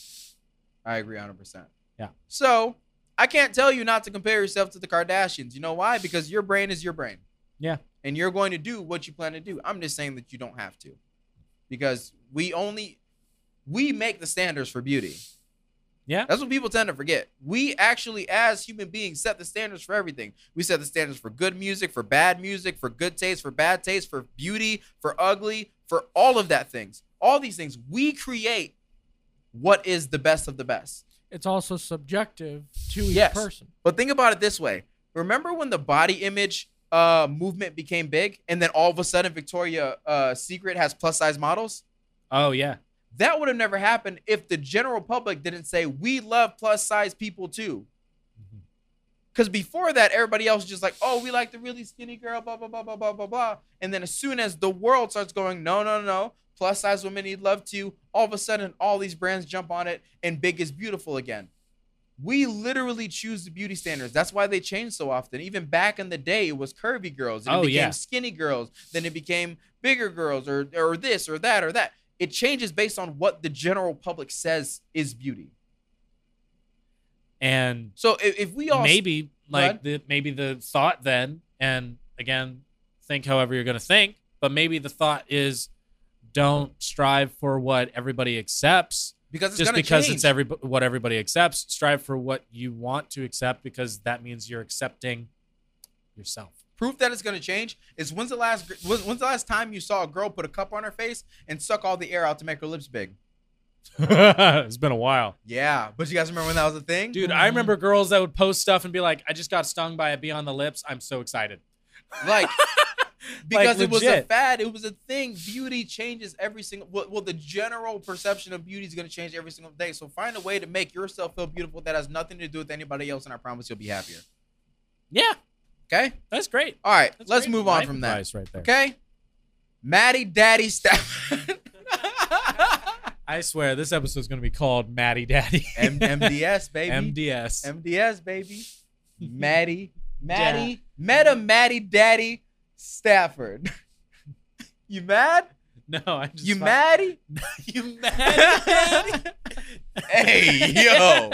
I agree 100%.
Yeah.
So I can't tell you not to compare yourself to the Kardashians. You know why? Because your brain is your brain.
Yeah.
And you're going to do what you plan to do. I'm just saying that you don't have to. Because we only, we make the standards for beauty.
Yeah.
That's what people tend to forget. We actually, as human beings, set the standards for everything. We set the standards for good music, for bad music, for good taste, for bad taste, for beauty, for ugly, for all of that things. All these things. We create what is the best of the best.
it's also subjective to each
Yes.
person.
But think about it this way. Remember when the body image uh, movement became big, and then all of a sudden Victoria uh, Secret has plus size models?
Oh yeah,
That would have never happened if the general public didn't say, We love plus size people too.
Mhm.
Because before that, everybody else was just like, Oh, we like the really skinny girl, blah, blah, blah, blah, blah, blah, blah. And then as soon as the world starts going, No, no, no, plus size women need love too, all of a sudden all these brands jump on it and big is beautiful again. We literally choose the beauty standards. That's why they change so often. Even back in the day, it was curvy girls, and it
Oh,
became
yeah.
skinny girls, then it became bigger girls, or or this or that or that. It changes based on what the general public says is beauty.
and
So if, if we all
maybe like
ahead.
the maybe the thought then, and again, think however you're gonna think, but maybe the thought is, don't strive for what everybody accepts.
because it's
just
gonna
because
change.
it's every what everybody accepts strive for what you want to accept because that means you're accepting yourself
proof that it's gonna change is when's the last gr- when- when's the last time you saw a girl put a cup on her face and suck all the air out to make her lips big?
it's been a while
Yeah, but you guys remember when that was a thing?
dude i remember
Mm.
girls that would post stuff and be like i just got stung by a bee on the lips i'm so excited
like because it was a
legit.
fad it was a thing beauty changes every single well, well the general perception of beauty is going to change every single day so find a way to make yourself feel beautiful that has nothing to do with anybody else and i promise you'll be happier
yeah
Okay.
That's great.
All right.
That's
let's
great
move on
life
from that.
advice Right there.
Okay. Maddie Daddy Stafford.
I swear this episode's gonna be called Matty Daddy.
M- MDS, baby.
MDS.
MDS, baby. Maddie. Maddie. Meta Maddie Daddy Stafford. you mad?
no, I'm just
You
fine.
Maddie?
you mad?
Hey, yo.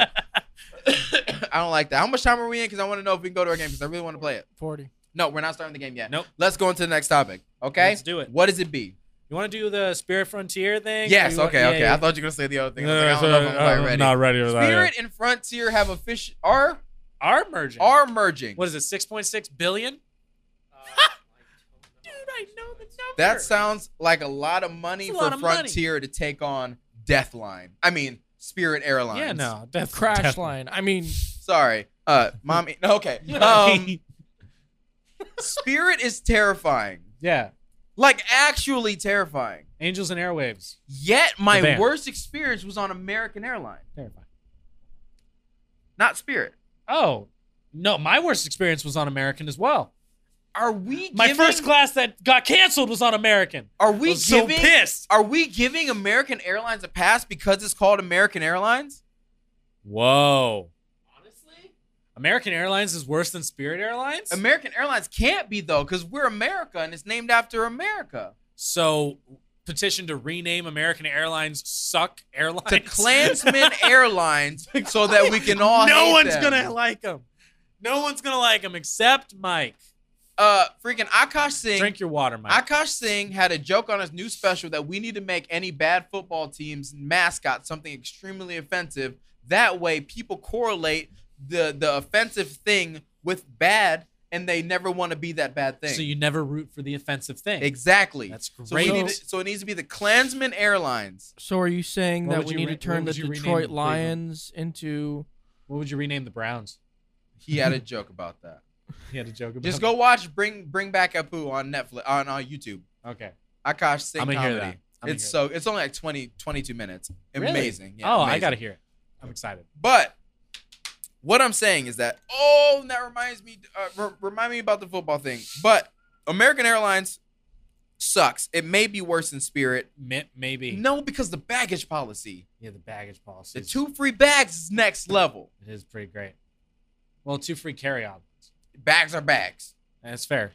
I don't like that. How much time are we in? Because I want to know if we can go to our game because I really want to play it.
40.
No, we're not starting the game yet.
Nope.
Let's go into the next topic. Okay.
Let's do it.
What does it be?
You want to do the Spirit Frontier thing?
Yes.
Or you wa-
Okay.
yeah,
okay.
yeah.
I thought you were gonna say the other thing. I
No,
was like, I don't
no,
know if I'm
so,
quite
uh,
ready.
not ready for that.
Spirit and Frontier have official are
are merging.
are merging.
What is it? Six point six billion.
Uh,
Dude, I know the number.
That sounds like a lot of money
It's a
for
lot of money.
Frontier to take on Deathline. I mean Spirit Airlines.
Yeah, no, def-
Crash
definitely.
line. I mean,
Sorry. Uh, mommy. no, Okay. Um, Spirit is terrifying.
yeah,
Like actually terrifying.
angels and airwaves.
Yet
The
my
band.
worst experience was on American Airlines,
Terrifying.
not Spirit.
Oh no, my worst experience was on American as well.
Are we?
My
giving-
first class that got canceled was on American.
Are
I
we
was so
giving?
pissed.
Are we giving American Airlines a pass because it's called American Airlines?
Whoa.
Honestly,
American Airlines is worse than Spirit Airlines.
American Airlines can't be though, because we're America and it's named after America.
so petition to rename American Airlines suck airlines
To Klansmen Airlines, so that we can all.
no
hate
one's
them.
gonna like them. No one's gonna like them except Mike.
Uh, freaking Akash Singh.
Drink your water, Mike.
Akash Singh had a joke on his new special that we need to make any bad football team's mascot something extremely offensive. That way, people correlate the the offensive thing with bad, and they never want to be that bad thing.
so you never root for the offensive thing.
exactly.
That's great.
So, we need to- so it needs to be the Klansman Airlines.
so are you saying
What
that
would
we
you
need
re-
to turn
what would
the
you rename
Detroit
Cleveland?
Lions into
what would you rename the Browns?
He had a joke about that.
He had a joke about
Just go watch Bring Bring Back Apu on Netflix on, on YouTube.
Okay.
Akash Singh
I'm gonna
comedy.
hear that. I'm gonna
it's
hear
so it's only like 20 22 minutes.
Really?
Amazing.
that.
Yeah,
oh, I
amazing.
gotta hear it. I'm excited.
But what I'm saying is that oh, and that reminds me uh, re- remind me about the football thing. But American Airlines sucks. It may be worse than Spirit.
Mi- Maybe.
No, because the baggage policy.
Yeah, the baggage policy.
The
is-
two free bags is next level.
It is pretty great. Well, two free carry-ons.
Bags are bags.
That's fair.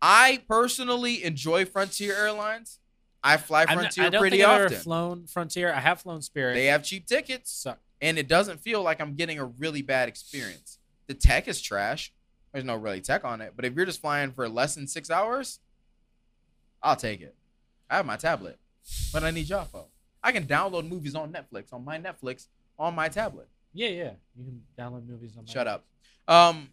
I personally enjoy Frontier Airlines. I fly
I'm not-
Frontier
I don't
pretty
think I've
often.
ever flown Frontier. I have flown Spirit.
they have cheap tickets,
suck.
and it doesn't feel like I'm getting a really bad experience. The tech is trash. There's no really tech on it. But if you're just flying for less than six hours, I'll take it. I have my tablet, but I need your phone. I can download movies on Netflix on my Netflix on my tablet.
Yeah, yeah. You can download movies on. my-
Shut up. Um,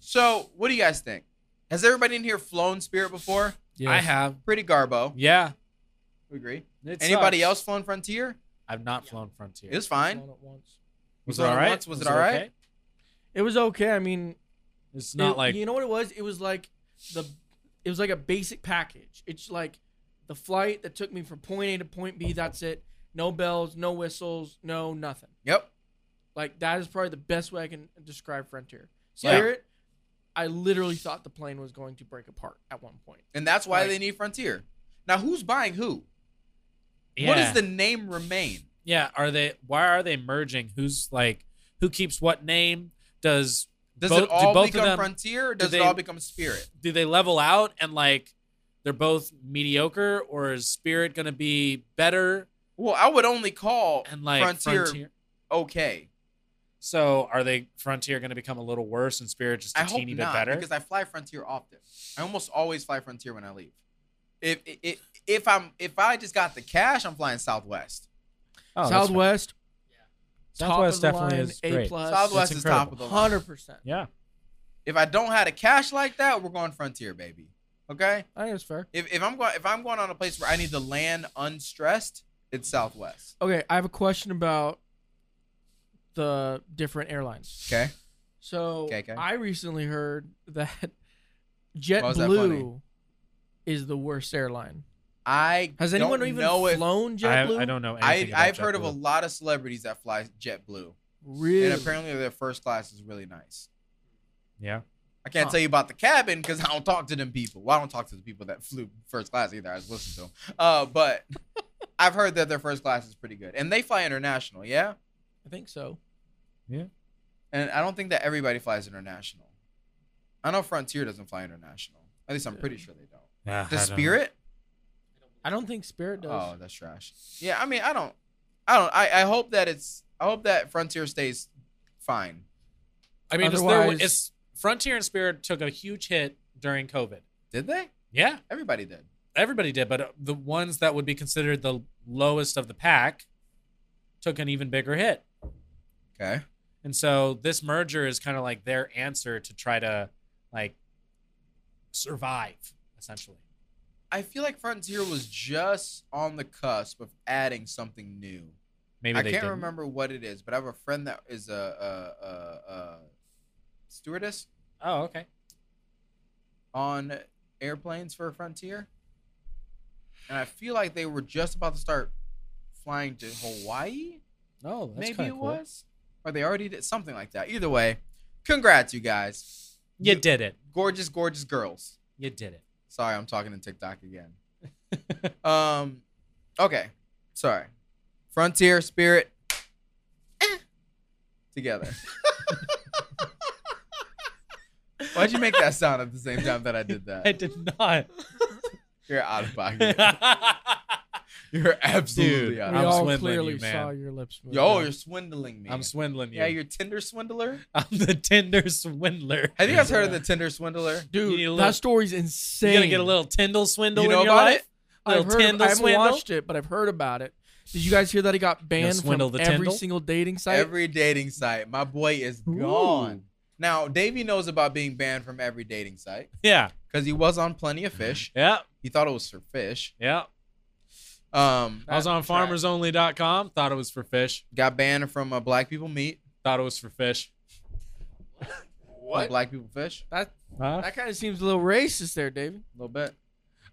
so what do you guys think? Has everybody in here flown Spirit before?
I have.
Pretty garbo.
Yeah.
We agree.
It
Anybody
sucks.
else flown Frontier?
I've not flown Frontier.
It was fine.
Flown at once.
was it
flown
all right?
once. Was it all right?
okay?
It was okay. I mean,
It's not
it-
like
you know what it was. It was like the it was like a basic package. It's like the flight that took me from point A to point B. That's it. No bells, no whistles, no nothing.
Yep.
Like that is probably the best way I can describe Frontier.
Yeah.
Spirit, I literally thought the plane was going to break apart at one point.
And that's why
Right.
they need Frontier. Now, who's buying who?
yeah.
What does the name remain?
yeah? Are they? Why are they merging? Who's like? Who keeps what name? Does
Does
Both-
it
do
all
both of
become
them-
Frontier or
do
does
they-
it all become Spirit?
do they level out and like they're both mediocre, or is Spirit gonna be better
Well, I would only call
and like
Frontier- okay.
So are they Frontier gonna become a little worse and Spirit just a
I hope
teeny
not
bit better?
because I fly Frontier often. I almost always fly Frontier when I leave. If if, if I'm if I just got the cash, I'm flying Southwest.
Oh, that's fine.
Southwest, top of
Southwest
the
definitely
line,
is
A
great.
plus.
Southwest
that's
is top
incredible.
of the line.
hundred percent.
Yeah,
If I don't have the cash like that, we're going Frontier, baby. Okay.
I think it's fair.
If, if I'm going if I'm going on a place where I need to land unstressed, it's Southwest.
Okay, I have a question about the different airlines.
Okay.
So
KK.
I recently heard that
Why was that funny?
JetBlue is the worst airline.
I
Has
don't
anyone even
know if
flown
I,
JetBlue?
I don't know.
I
Anything about
I've heard of a
JetBlue.
lot of celebrities that fly JetBlue,
really.
and apparently their first class is really nice.
yeah.
I can't
Huh.
tell you about the cabin because I don't talk to them people. Well, I don't talk to the people that flew first class either. I just listen to them. Uh, but I've heard that their first class is pretty good, and they fly international. Yeah,
I think so.
and I don't think that everybody flies international. I know Frontier doesn't fly international. At least I'm pretty sure they don't.
Yeah,
The Spirit?
I don't think Spirit does.
Oh, that's trash. Yeah, I mean, I don't, I don't. I, I hope that it's. I hope that Frontier stays fine.
I mean, it's, their,
Otherwise-
it's Frontier and Spirit took a huge hit during COVID.
Did they?
Yeah,
Everybody did.
everybody did, but uh, the ones that would be considered the lowest of the pack took an even bigger hit.
Okay.
And so this merger is kind of like their answer to try to like survive essentially.
I feel like Frontier was just on the cusp of adding something new.
Maybe
I
they
can't
didn't.
remember what it is, but I have a friend that is a, a, a, a stewardess
Oh, okay.
on airplanes for Frontier, and I feel like they were just about to start flying to Hawaii.
No, that's
maybe it
kinda cool.
was, or they already did something like that. Either way, congrats, you guys,
You
You-
did it.
gorgeous, gorgeous girls.
You did it.
Sorry, I'm talking to TikTok again. um, okay, sorry. Frontier Spirit eh, together. Why'd you make that sound at the same time that I did
I
that?
did not.
You're out of pocket.
I'm
You're absolutely
Dude,
out.
we
Of
I'm
all
swindling
clearly
you, man.
saw your lips. move.
pocket. Yo, you're swindling me.
swindling you.
yeah, you're Tinder swindler.
I'm the Tinder swindler.
Have you guys heard of the Tinder swindler?
dude,
You need a
that
little-
story's
You
insane.
gonna get a little Tindle swindle
You know
in your
about
life?
I've
little
heard,
Tindle
I haven't
swindle?
watched it, but I've heard about it. Did you guys hear that he got banned from
swindle the
every
Tindle?
single dating site?
Every dating site. My boy is gone. Now, Davey knows about being banned from every dating site
Yeah.
because he was on Plenty of Fish.
Yeah.
He thought it was for fish.
Yeah.
Um,
I was on
Trash.
farmersonly.com. Thought it was for fish.
got banned from uh, Black People Meat.
Thought it was for fish.
What? Black People Fish.
that
Huh?
that kind of seems a little racist there, David.
A little bit.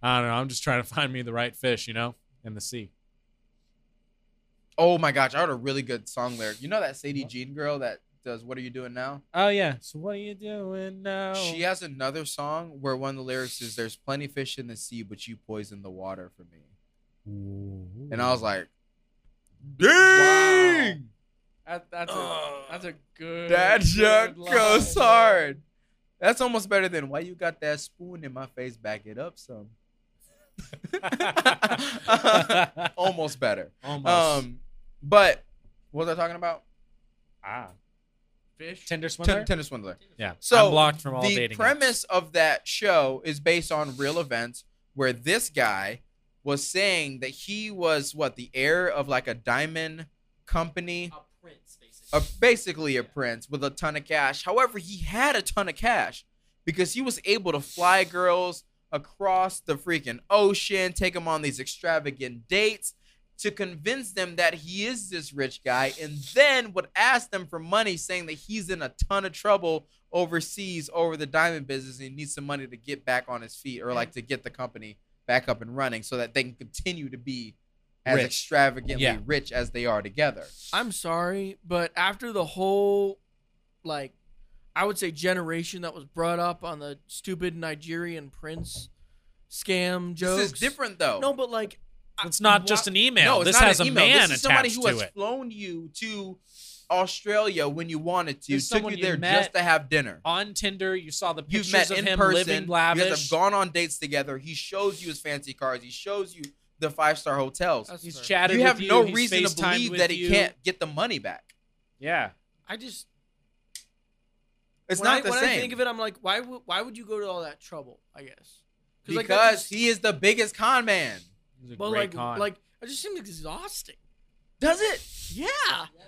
I don't know. I'm just trying to find me the right fish, you know, in the sea.
Oh my gosh, I heard a really good song lyric. You know that Sadie Jean girl that does "What Are You Doing Now"?
Oh yeah. So what are you doing now?
She has another song where one of the lyrics is "There's plenty fish in the sea, but you poison the water for me." And I was like, "Dang,
That, that's a, that's a good.
that shot
good line.
goes hard." That's almost better than "Why you got that spoon in my face? Back it up some." almost better.
Almost.
Um, but what was I talking about?
ah.
Fish.
Tinder swindler.
Tinder Tinder Swindler.
yeah.
So
I'm blocked from all
the
dating. apps.
premise of that show is based on real events where this guy was saying that he was what the heir of like a diamond company,
A prince, basically.
a, basically a prince with a ton of cash. However, he had a ton of cash because he was able to fly girls across the freaking ocean, take them on these extravagant dates to convince them that he is this rich guy, and then would ask them for money, saying that he's in a ton of trouble overseas over the diamond business and he needs some money to get back on his feet or like to get the company back up and running so that they can continue to be as
Rich.
extravagantly
Yeah.
rich as they are together.
I'm sorry, but after the whole, like, I would say generation that was brought up on the stupid Nigerian prince scam jokes.
This is different though.
No, but like, I-
It's not just
why-
an email.
No, it's
this
not
has
an
a
email.
man
this is somebody
attached
who
to
has
it.
flown you to Australia when you wanted to,
This is
took
someone
you
you
there
met
just to have dinner.
On Tinder, you saw the
You've
pictures
met
of
in
him
person.
living
You guys
lavish.
have gone on dates together. He shows you his fancy cars. He shows you the five star hotels.
That's
He's
fair.
chatted
You have
with you.
no
he's
reason to
FaceTimed
believe
with
that he
you.
can't get the money back.
Yeah.
I just
It's
when
not
I,
the
when
same.
I think of it, I'm like, why would why would you go to all that trouble? I guess like, that
because
just-
he is the biggest con man.
He's a
but
great
like
con.
like it just seemed exhausting.
Does it?
Yeah,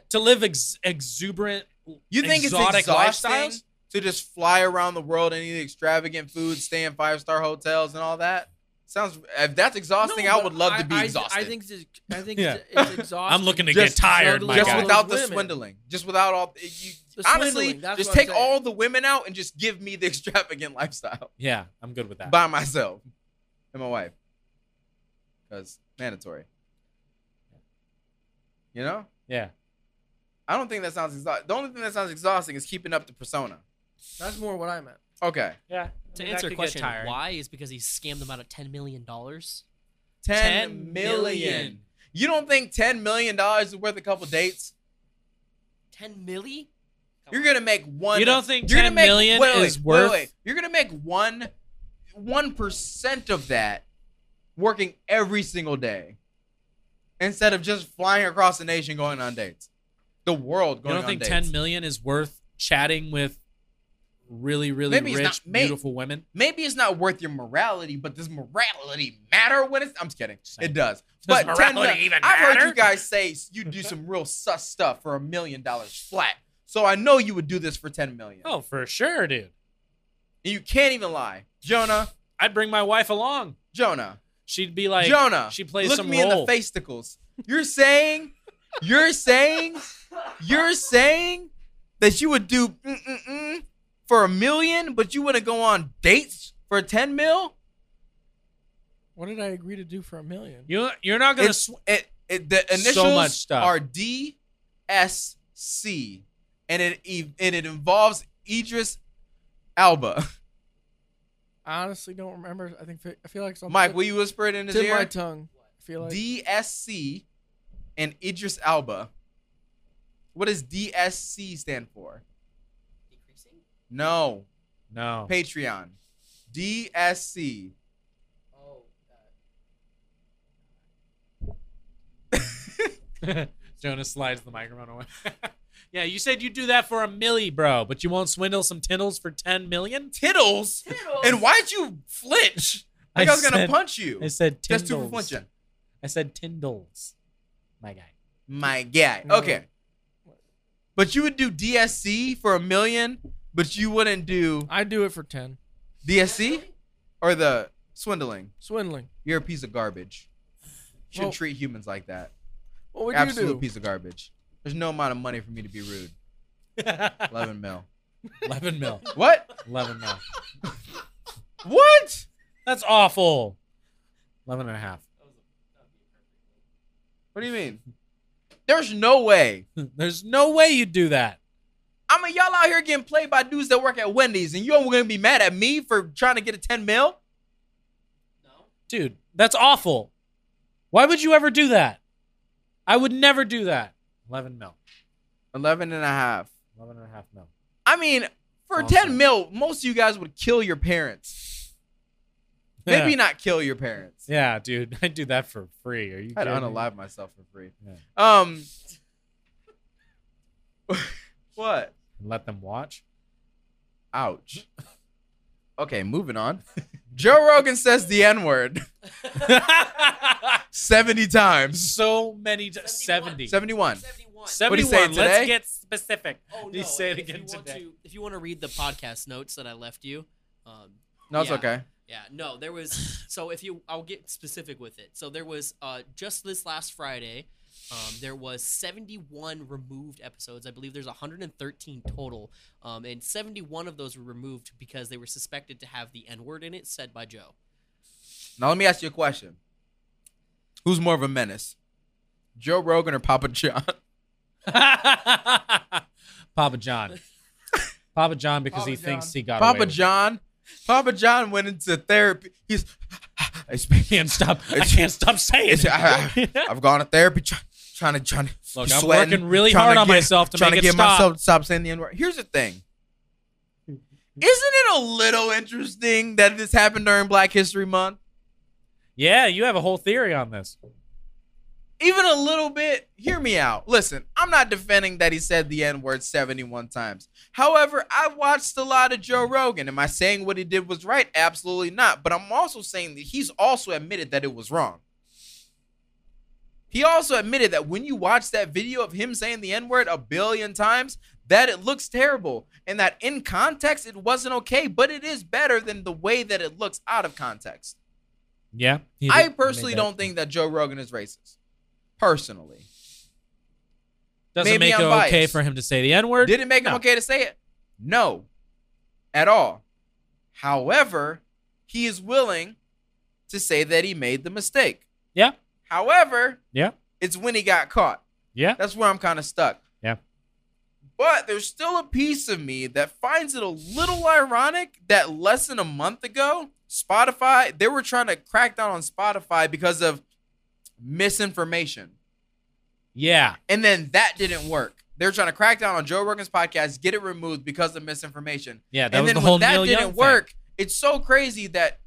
to live ex- exuberant.
You think
exotic
it's exhausting
lifestyles?
to just fly around the world and eat extravagant food, stay in five star hotels and all that? Sounds if that's exhausting,
No,
I would
but
love to be
I,
exhausted.
I think it's, I think
Yeah.
it's, it's exhausting.
I'm looking to
Just-
get tired, my
just
guy.
without the
Women.
swindling, just without all you,
The
honestly,
swindling, that's
just
what I'm
take
saying.
all the women out and just give me the extravagant lifestyle
yeah, I'm good with that.
by myself and my wife, because mandatory. You know,
yeah.
I don't think that sounds exhausting. The only thing that sounds exhausting is keeping up the persona.
That's more what I meant.
Okay.
Yeah. I
To
mean, that
answer
could
your
get
question,
tiring.
why is because he scammed them out of ten million dollars.
Ten million.
10 million.
You don't think ten million dollars is worth a couple dates?
Ten milli? Come
You're
on.
gonna make one.
You don't think
you're gonna
10
make-
million
wait, wait,
is
wait,
worth-
wait. You're gonna make one, one percent of that, working every single day, instead of just flying across the nation going on dates, the world
You
going
don't
on
think
dates.
ten million is worth chatting with really, really
Maybe it's
rich,
not- may-
beautiful women?
Maybe it's not worth your morality, but does morality matter when it's? I'm just kidding.
Same.
It does.
Does
but
morality
10 million-
even
I've heard
matter?
you guys say s- you do some real sus stuff for a million dollars flat. So I know you would do this for ten million.
Oh, for sure, dude.
and you can't even lie, Jonah.
I'd bring my wife along.
Jonah.
She'd be like,
Jonah,
she plays
look
some
me in
role.
the facticles. You're saying, you're saying, you're saying that you would do mm-mm-mm for a million, but you wouldn't go on dates for ten mil.
What did I agree to do for a million?
You, you're not gonna.
It's-
sw-
it, it, the initials
much stuff.
are D S C, and it e- and it involves Idris Alba.
I honestly don't remember. I think I feel like something.
Mike, will you whisper it in his
to my
ear?
tongue. I feel like
D S C, and Idris Alba. What does D S C stand for?
Decreasing?
No,
no.
Patreon. DSC.
Oh, uh,
Jonah slides the microphone away. yeah, you said you'd do that for a milli, bro, but you won't swindle some tittles for ten million.
Tittles? And why'd you flinch? Like I, was gonna
said-
punch you.
I said
That's
tindles.
too for flinching.
I said tindles. My guy.
My guy.
No.
Okay. But you would do DSC for a million, but you wouldn't do
I do it for ten.
DSC or the swindling.
Swindling.
You're a piece of garbage. Shouldn't
Well-
treat humans like that.
What would
Absolute
you do?
piece of garbage. There's no amount of money for me to be rude. Eleven mil.
Eleven mil.
What?
Eleven mil.
What?
That's awful. Eleven and a half.
What do you mean? There's no way
There's no way you'd do that.
I mean, y'all out here getting played by dudes that work at Wendy's, and you're gonna be mad at me for trying to get a 10 mil?
no.
Dude, that's awful. Why would you ever do that? I would never do that. 11 mil.
11 and a half.
11 and a half mil.
I mean, for
Awesome.
10 mil, most of you guys would kill your parents. Maybe not kill your parents.
Yeah, dude. I'd do that for free. Are you
I'd
kidding me?
unalive myself for free.
Yeah.
Um, what?
And let them watch?
Ouch. Okay, moving on. Joe Rogan says the N word 70 times.
so many. T- 70.
71.
71.
71.
71.
What'd he say today?
Let's get specific.
Oh,
Did he
no,
say it
if
again
you want
today?
To, if you want to read the podcast notes that I left you, um,
No, it's
Yeah.
okay.
yeah, no, there was. So if you, I'll get specific with it. So there was uh, just this last Friday, um, there was 71 removed episodes. I believe there's 113 total, um, and 71 of those were removed because they were suspected to have the N word in it, said by Joe.
Now let me ask you a question. Who's more of a menace? Joe Rogan or Papa John?
Papa John. Papa John because
Papa
he
John.
thinks he got away
Papa
with it.
John. Papa John went into therapy. He's I
I
speak-
can't stop. I
It's-
can't stop saying
it's- I-
it.
I've gone to therapy try, trying to trying to
Look,
he's
I'm
sweating,
working really
trying
hard
to
on
get-
myself to
trying
make
to
it
get
stop.
myself to stop saying the N-word. Here's the thing. Isn't it a little interesting that this happened during Black History Month?
Yeah, you have a whole theory on this.
even a little bit, hear me out. Listen, I'm not defending that he said the N word 71 times. However, I watched a lot of Joe Rogan. Am I saying what he did was right? Absolutely not. But I'm also saying that he's also admitted that it was wrong. He also admitted that when you watch that video of him saying the N word a billion times, that it looks terrible and that in context it wasn't okay, but it is better than the way that it looks out of context.
Yeah, he
I
did- he
personally
made that.
don't think that Joe Rogan is racist. Personally,
doesn't
maybe
make
I'm
it okay
biased.
for him to say the N word.
did it make him
No.
okay to say it? No, at all. However, he is willing to say that he made the mistake.
Yeah.
However,
Yeah.
it's when he got caught.
Yeah.
That's where I'm kind of stuck.
Yeah.
But there's still a piece of me that finds it a little ironic that less than a month ago, Spotify, they were trying to crack down on Spotify because of misinformation.
Yeah.
And then that didn't work. They're trying to crack down on Joe Rogan's podcast, get it removed because of misinformation.
Yeah. That
and
was
then
the whole
when that
Neil
didn't
Young thing.
work, it's so crazy that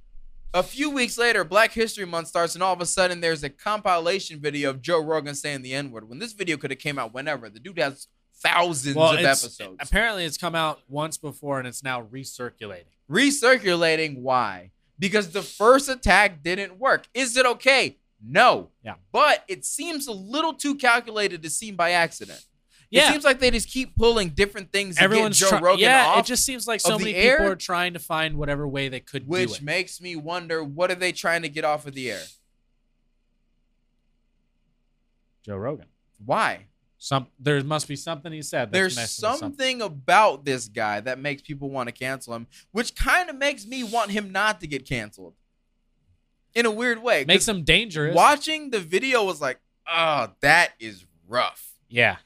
a few weeks later, Black History Month starts, and all of a sudden there's a compilation video of Joe Rogan saying the N word. When this video could have came out whenever. The dude has thousands
Well,
of
it's-
episodes.
Apparently, it's come out once before and it's now recirculating.
Recirculating, why? Because the first attack didn't work. Is it okay? No.
Yeah.
But it seems a little too calculated to seem by accident. It
Yeah.
seems like they just keep pulling different things to
Everyone's
get Joe
try-
Rogan
yeah.
off.
It just seems like so
of the
many
air,
people are trying to find whatever way they could do
which
it.
makes me wonder what are they trying to get off of the air?
Joe Rogan.
Why?
Some there must be something he said.
There's
That's messing with something.
something about this guy that makes people want to cancel him, which kind of makes me want him not to get canceled. In a weird way. 'cause
makes them dangerous.
watching the video was like, oh, that is rough.
Yeah.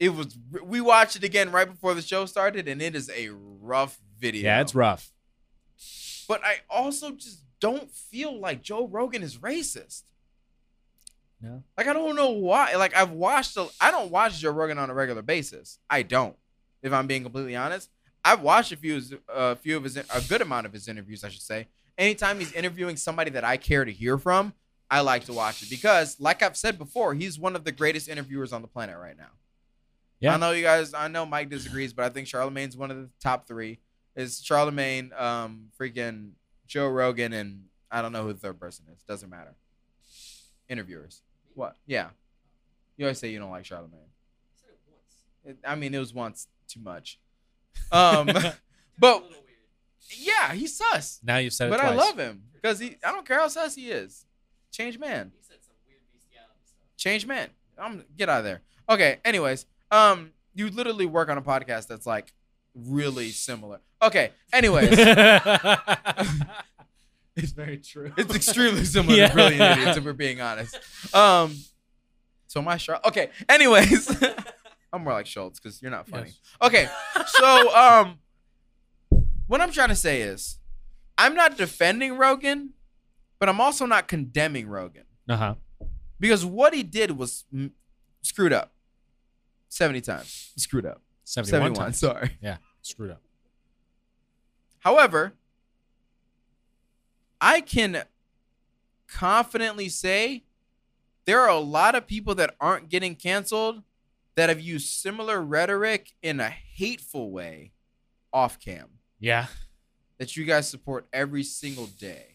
It was we watched it again right before the show started, and it is a rough video.
Yeah. It's rough.
But I also just don't feel like Joe Rogan is racist.
No.
Like I don't know why. Like I've watched. A, I don't watch Joe Rogan on a regular basis. I don't. If I'm being completely honest, I've watched a few, of his- a few of his, a good amount of his interviews, I should say. Anytime he's interviewing somebody that I care to hear from, I like to watch it because, like I've said before, he's one of the greatest interviewers on the planet right now.
Yeah.
I know you guys. I know Mike disagrees, but I think Charlemagne's one of the top three. Is Charlemagne, um, freaking Joe Rogan, and I don't know who the third person is. Doesn't matter. Interviewers. What? Yeah. You always say you don't like Charlemagne. It- I mean, it was once too much. Um, but yeah, he's sus.
Now you've said it
But
twice.
I love him because he. I don't care how sus he is. Change man. Change man. I'm get out of there. Okay. Anyways, um, you literally work on a podcast that's like really similar. Okay. Anyways,
it's very true.
it's extremely similar
Yeah.
to Brilliant Idiots if we're being honest. Um, so my Char. Okay. Anyways, I'm more like Schultz because you're not funny.
Yes.
Okay. so um what I'm trying to say is I'm not defending Rogan, but I'm also not condemning Rogan
Uh huh.
because what he did was mm, screwed up. 70 times. Screwed up.
71,
71,
times.
sorry.
Screwed up.
However, I can confidently say there are a lot of people that aren't getting canceled that have used similar rhetoric in a hateful way off cam.
Yeah.
that you guys support every single day.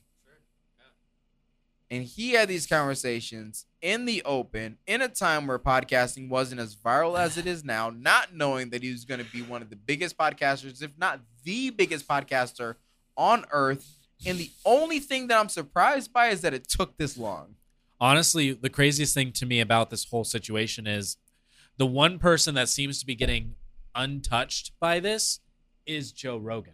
And he had these conversations in the open in a time where podcasting wasn't as viral as it is now, not knowing that he was going to be one of the biggest podcasters, if not the biggest podcaster on earth. And the only thing that I'm surprised by is that it took this long.
honestly, the craziest thing to me about this whole situation is the one person that seems to be getting untouched by this is Joe Rogan.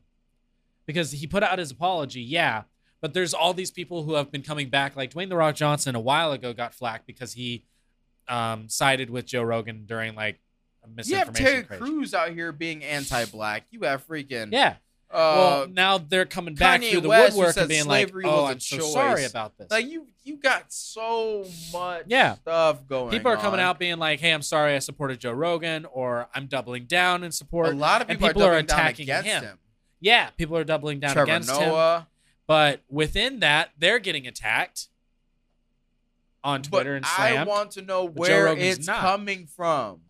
Because he put out his apology, yeah, but there's all these people who have been coming back, like Dwayne The Rock Johnson a while ago got flack because he um, sided with Joe Rogan during like a
You have
misinformation.
Terry
craze.
Crews out here being anti-black. You have freaking
Yeah.
uh,
well, now they're coming back
Kanye
through the
West, who
woodwork
said
and being like,
slavery
"Oh,
was a
I'm so
choice."
sorry about this."
like you you got so much
Yeah.
stuff going.
people are coming
on.
out being like, "Hey, I'm sorry, I supported Joe Rogan," or "I'm doubling down in support."
a lot of
and
people,
people
are,
are
doubling down
attacking
against
him.
him.
yeah, people are doubling down
Trevor
against him,
Noah,
but within that, they're getting attacked on
But
Twitter and
I
slammed.
want to know
Joe
where
Rogan's
it's
not.
coming from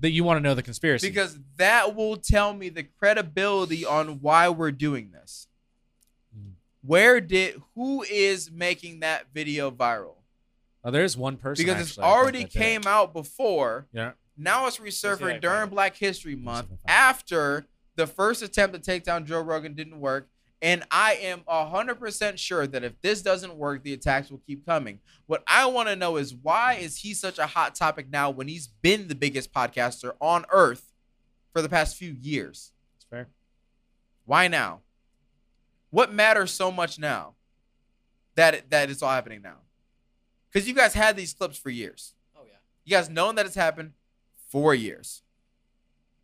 that you want to know the conspiracy
because that will tell me the credibility on why we're doing this.
Mm.
Where did who is making that video viral?
oh, there's one person
Because it's
actually, I think,
already
that did it.
came out before.
Yeah,
Now it's
see if I
resurfacing
find
during
it.
Black History
see
Month
if I find it.
after the first attempt to take down Joe Rogan didn't work. And I am 100% sure that if this doesn't work, the attacks will keep coming. What I want to know is why is he such a hot topic now when he's been the biggest podcaster on earth for the past few years?
it's fair.
Why now? What matters so much now that it, that it's all happening now? Because you guys had these clips for years.
Oh yeah.
You guys known that it's happened four years.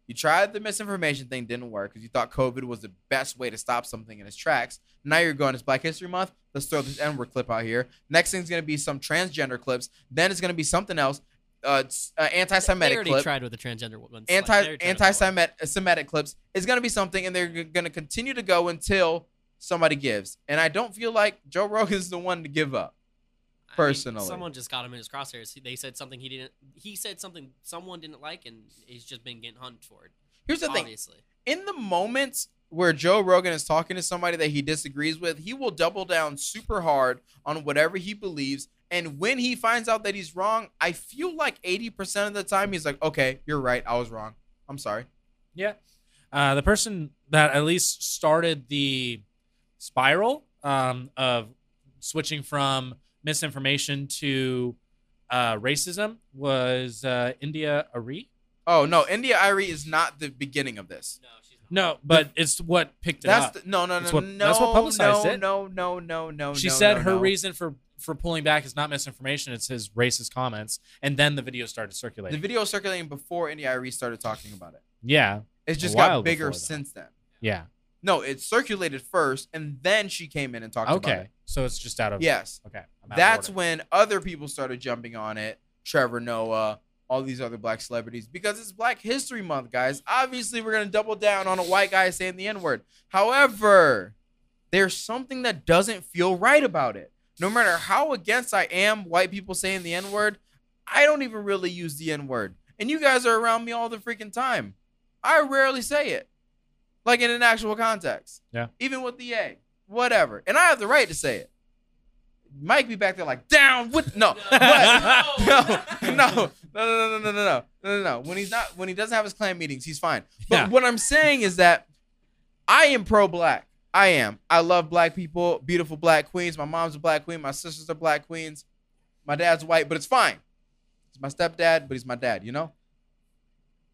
You tried the misinformation thing, didn't work because you thought COVID was the best way to stop something in its tracks. Now you're going, it's Black History Month. Let's throw this N word clip out here. Next thing's going to be some transgender clips. Then it's going to be something else. Uh, it's, uh,
They
anti-Semitic
already
clip
tried with the transgender ones. Like,
anti
they already tried with
anti
that one.
Semitic clips is going to be something, and they're going to continue to go until somebody gives. And I don't feel like Joe Rogan is the one to give up.
I mean,
personally.
someone just got him in his crosshairs. He- They said something he didn't. He said something someone didn't like, and he's just been getting hunted for it.
Here's the thing:
obviously,
in the moments where Joe Rogan is talking to somebody that he disagrees with, he will double down super hard on whatever he believes. And when he finds out that he's wrong, I feel like 80% of the time he's like, okay, you're right. I was wrong. I'm sorry.
Yeah. Uh, the person that at least started the spiral um, of switching from misinformation to uh, racism was uh, India Ari.
Oh, no. India Irie is not the beginning of this.
no, she's not.
No, but it's what picked it
That's
up.
the, no, no, no,
That's what-
no,
that's what publicized
no,
it.
no, no, no, no.
she
no,
said
no,
her
no.
reason for for pulling back is not misinformation; it's his racist comments. And then the video started
The
circulating.
video was circulating before India Irie started talking about it.
yeah,
It's just
A while
got bigger
before that.
since then.
yeah.
No, it circulated first, and then she came in and talked about
Okay,
it.
so it's just out of
Yes,
Okay, I'm out of
that's
order.
when other people started jumping on it. Trevor Noah, all these other black celebrities, because it's Black History Month, guys. Obviously, we're gonna double down on a white guy saying the N word. However, there's something that doesn't feel right about it. No matter how against I am white people saying the N word, I don't even really use the N word. And you guys are around me all the freaking time. I rarely say it, like in an actual context.
Yeah.
Even with the A, whatever. And I have the right to say it. Mike be back there like, down with. No. what? No, no, no, no, no, no, no, no, no, no, no. When he's not, when he doesn't have his clan meetings, he's fine. But
Yeah.
what I'm saying is that I am pro-black. I am. I love black people, beautiful black queens. My mom's a black queen. My sisters are black queens. My dad's white, but it's fine. He's my stepdad, but he's my dad. You know.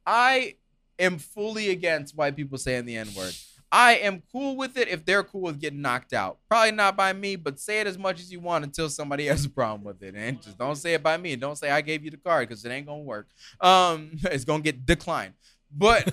I am fully against white people saying the N-word. I am cool with it if they're cool with getting knocked out. Probably not by me, but say it as much as you want until somebody has a problem with it. And just don't say it by me. Don't say I gave you the card because it ain't gonna work. Um, it's gonna get declined. But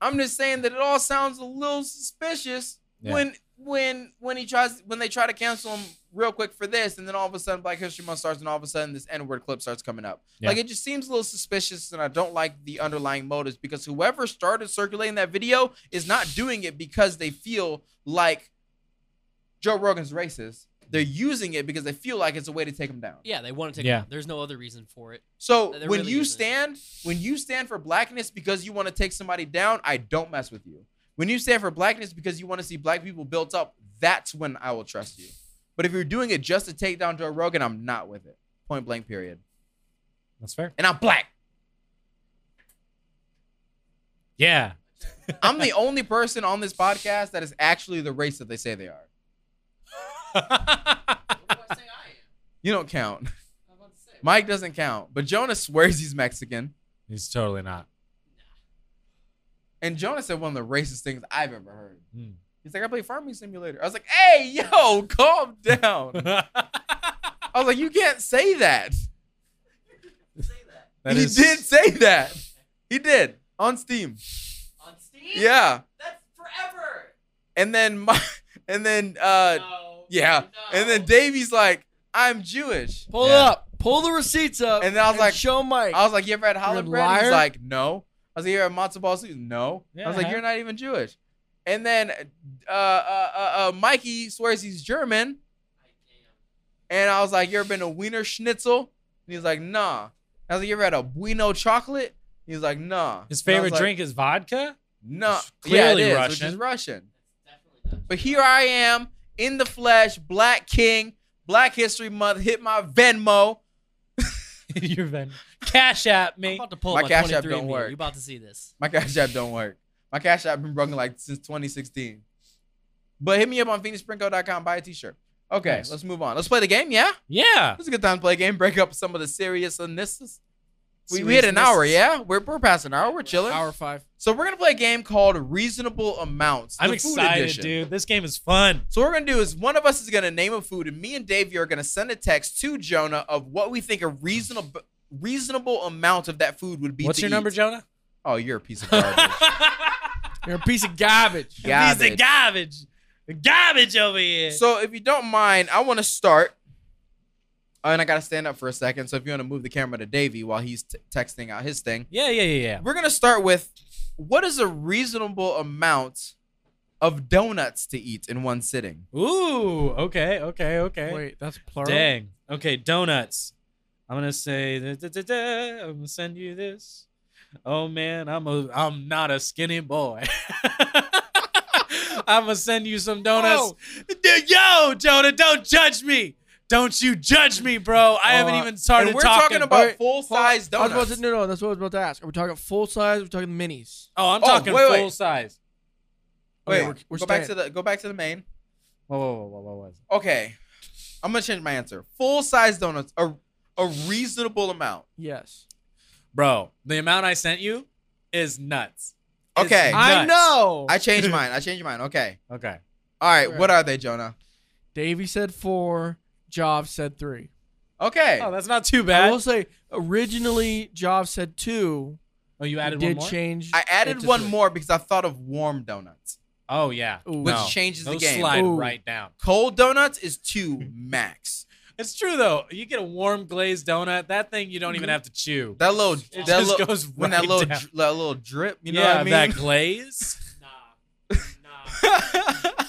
I'm just saying that it all sounds a little suspicious
Yeah.
when when when he tries when they try to cancel him real quick for this, and then all of a sudden Black History Month starts, and all of a sudden this N-word clip starts coming up.
Yeah.
Like it just seems a little suspicious, and I don't like the underlying motives because whoever started circulating that video is not doing it because they feel like Joe Rogan's racist. They're using it because they feel like it's a way to take him down.
Yeah, they want to take.
Yeah.
Yeah. There's no other reason for it.
So
There
when
really
you
isn't.
stand, when you stand for blackness because you want to take somebody down, I don't mess with you. When you stand for blackness because you want to see black people built up, that's when I will trust you. But if you're doing it just to take down Joe Rogan, I'm not with it. Point blank, period.
That's fair.
And I'm black.
Yeah,
I'm the only person on this podcast that is actually the race that they say they are.
What do I say I am?
You don't count.
I was about to say.
Mike doesn't count. But Jonah swears he's Mexican.
he's totally not.
And Jonah said one of the racist things I've ever heard.
Hmm.
He's like, I play farming simulator. I was like, hey, yo, calm down. I was like, you can't say that.
That
he
is-
did say that. He did on Steam.
on Steam.
Yeah.
That's forever.
And then my, and then uh
no.
yeah.
No.
And then Davey's like, I'm Jewish.
Pull
Yeah.
up. Pull the receipts up.
And then I was like- "Oh,
show Mike.
I was like, you ever had
You're
challah
a
bread? He's
liar.
like, no. I was like, you ever had matzo ball soup? No. I was like,
Yeah.
you're not even Jewish. And then uh, uh, uh, uh, Mikey swears he's German.
I am.
And I was like, you ever been to Wiener Schnitzel? And he's like, nah. I was like, you ever had a Bueno chocolate? He's like, nah. And
His
I was
favorite
like,
drink is vodka.
No,
It's
yeah, it
clearly
is, which
Russian.
is Russian.
That's definitely not.
But here I am in the flesh, Black King, Black History Month. Hit my Venmo.
You're been cash app
I'm
me.
about to pull
My
up my
Cash App
23
don't
and me.
work.
You're about to see this.
My cash app don't work. My cash app been broken like since 2016. But hit me up on phoenixprinko.com. Buy a T-shirt. Okay,
Nice.
let's move on. Let's play the game. Yeah,
Yeah.
this is a good time to play a game. Break up some of the seriousness. We, we
Seriousness.
hit an hour. Yeah, we're we're past an hour. We're chilling.
Hour five.
So we're gonna play a game called Reasonable Amounts. the
I'm
food
excited,
edition.
dude. This game is fun.
So what we're gonna do is one of us is gonna name a food, and me and Davey are gonna send a text to Jonah of what we think a reasonable reasonable amount of that food would be.
What's
to
your
eat.
number, Jonah?
Oh, you're a piece of garbage.
You're a piece of garbage.
Garbage.
Piece of garbage. Garbage over here.
So if you don't mind, I want to start. Oh, and I gotta stand up for a second. So if you want to move the camera to Davey while he's t- texting out his thing,
yeah, yeah, yeah, yeah.
we're gonna start with what is a reasonable amount of donuts to eat in one sitting?
Ooh, okay, okay, okay.
Wait, that's plural.
Dang. Okay, donuts. I'm gonna say da, da, da, da, I'm gonna send you this. Oh man, I'm a I'm not a skinny boy. I'm gonna send you some donuts. D- Yo, Jonah, don't judge me. Don't you judge me, bro. I haven't
Uh,
even started
Oh, and we're
talking.
talking about
Alright,
full
Hold on.
size
I was about
donuts.
to, no, no, that's what I was about to ask. Are we talking full size? Are we talking minis?
oh, I'm
Oh,
talking
wait,
full
wait.
size.
Wait,
Okay, we're- we're
go back to
staying.
the go back to the main.
Whoa, whoa, whoa, whoa, whoa, whoa.
Okay, I'm gonna change my answer. Full size donuts a a reasonable amount.
Yes.
Bro, the amount I sent you is nuts. It's
Okay, I,
nuts.
I know.
changed mine. I changed mine. Okay,
Okay.
all right.
Sure.
What are they, Jonah?
Davey said four. Job said three.
Okay,
Oh, that's not too
I
bad.
will say originally Job said two.
oh, you
I
added one
did
more.
change.
I
it
added
to
one
three.
more because I thought of warm donuts,
Oh yeah.
Ooh.
which
No.
changes the
Those
game.
slide
Ooh.
right down.
Cold donuts is two max.
It's true though. You get a warm glazed donut. That thing you don't even have to chew.
Mm-hmm. That little,
It
that
just
little,
goes right
when that little,
down.
dri- that little drip. You know
yeah,
what I mean?
that glaze.
Nah. Nah.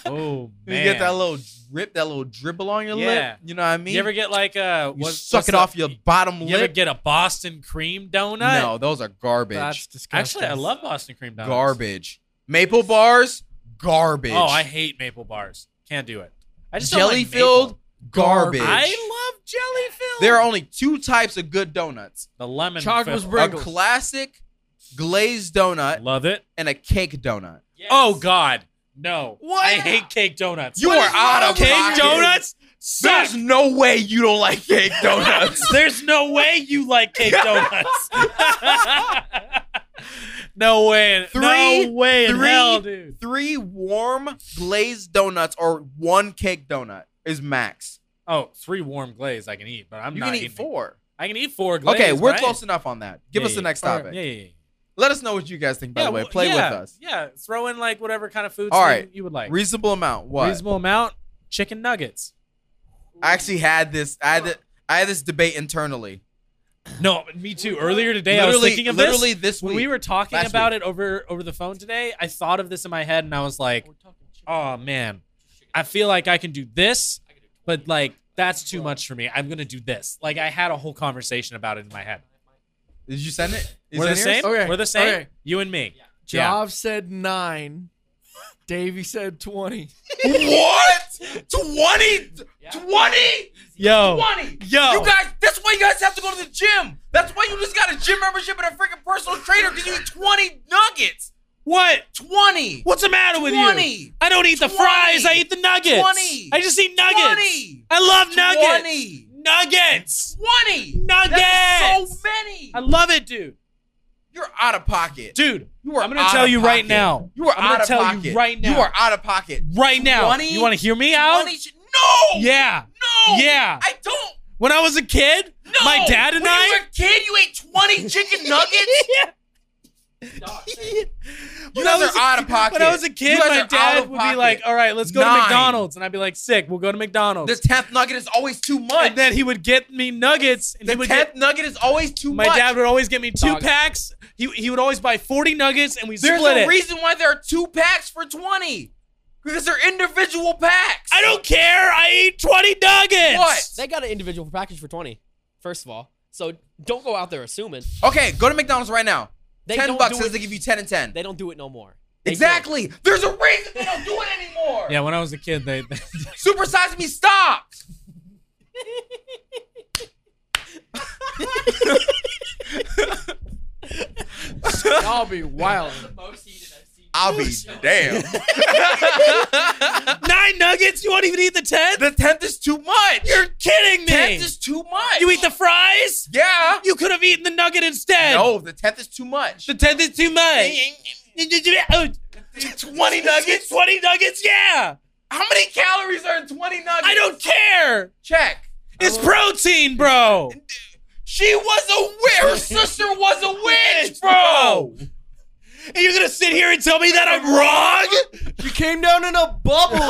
oh
you
man.
get that little drip, that little dribble on your
Yeah.
lip. You know what I mean?
You ever get like a
You
what,
suck
what's
it
the-
off your bottom
You ever
lip.
get a Boston cream donut?
no, those are garbage.
That's disgusting.
Actually, I love Boston cream donuts.
garbage. Maple bars, garbage.
Oh, I hate maple bars. Can't do it. I just don't like
jelly filled, garbage.
maple. I love jelly filled.
there are only two types of good donuts:
the lemon
Chocolate
filled.
a
Pringles.
classic glazed donut
Love it.
and a cake donut.
Oh God, no!
What?
I hate cake donuts.
You are out of
cake
pocket.
donuts. Suck.
There's no way you don't like cake donuts.
There's no way you like cake donuts. no way. in-
Three-
no way in
three-
hell, dude.
Three warm glazed donuts or one cake donut is max.
Oh, three warm glaze I can eat, but I'm
you
not
can eat
eating-
four.
I can eat four glaze.
okay, we're
right?
close enough on that. Give
Yeah,
us the
yeah,
next
All right,
topic.
Yeah, yeah, yeah.
Let us know what you guys think, by
Yeah,
the way.
well,
Play
yeah,
with us.
Yeah, throw in like whatever kind of food
All
All
right.
right. you would like.
Reasonable amount. What?
Reasonable amount. Chicken nuggets.
I actually had this. I had, th- I had this debate internally.
No, me too. Earlier today, I was
literally,
thinking of this.
literally this,
when
week.
we were talking
Last
about it over over the phone today, I thought of this in my head and I was like,
We're talking chicken.
"Oh man, I feel like I can do this,
I could do
but
20.
like that's too much for me. I'm gonna do this." Like I had a whole conversation about it in my head.
Did you send it? Is
We're the
that yours?
same.
Okay,
We're the same.
okay.
You and me.
Yeah.
Yeah.
Job said nine. Davey said twenty.
what? 20? 20?
Yo.
20?
Yo.
You guys, that's why you guys have to go to the gym. That's why you just got a gym membership and a freaking personal trainer because you eat 20 nuggets.
What?
20.
What's the matter with you?
20.
I don't eat the fries. I eat the nuggets.
20.
I just eat
20.
nuggets. I love nuggets.
20.
Nuggets.
20.
Nuggets.
That's so many.
I love it, dude.
You're out of pocket.
Dude,
you are
I'm gonna
out
tell
of
you right
pocket.
now.
You are
I'm gonna
out of
tell you
pocket.
right now.
You are out of pocket.
right now.
20?
You want to hear me out?
20 sh- no.
Yeah.
No.
Yeah.
I don't.
When I was a kid,
No.
my dad and
when you
I.
were a kid, you ate 20 chicken nuggets? You
When
guys
I was
are
a-
out of pocket.
When I was a
You
kid,
guys are
my
out of
dad would be
pocket.
like, "Oh." "All right, let's go
Nine.
to McDonald's," and I'd be like, "Sick, we'll go to McDonald's."
the 10th nugget is always too much.
and then he would get me nuggets, and
the
he would
10th
get
nugget is always too
my
much.
dad would always get me two
Dog.
packs. He he would always buy forty nuggets, and we
There's
split
a
it.
reason why there are two packs for 20. Because they're individual packs.
I don't care. I eat twenty nuggets.
What?
They got an individual package for 20, first of all. So don't go out there assuming.
Okay, go to McDonald's right now.
They
10
don't
bucks
do
says
it-
they give you 10 and 10.
They don't do it no more. They
exactly. There's a reason they don't do it anymore.
Yeah, when I was a kid, they.
Super Size Me stopped.
I'll be wild.
don't.
Oh,
most heated I've seen.
I'll be damned.
Nine nuggets? You won't even eat the ten?
the 10th is too much.
You're kidding me!
10th is too much.
you eat the fries?
Yeah.
You could have eaten the nugget instead.
No, the 10th is too much.
the tenth is too much. Oh,
20 nuggets?
Twenty nuggets? Yeah.
How many calories are in 20 nuggets?
I don't care.
check.
It's protein, bro.
She was a witch. Her sister was a witch, bro.
And you're gonna sit here and tell me that I'm wrong?
You came down in a bubble. dog.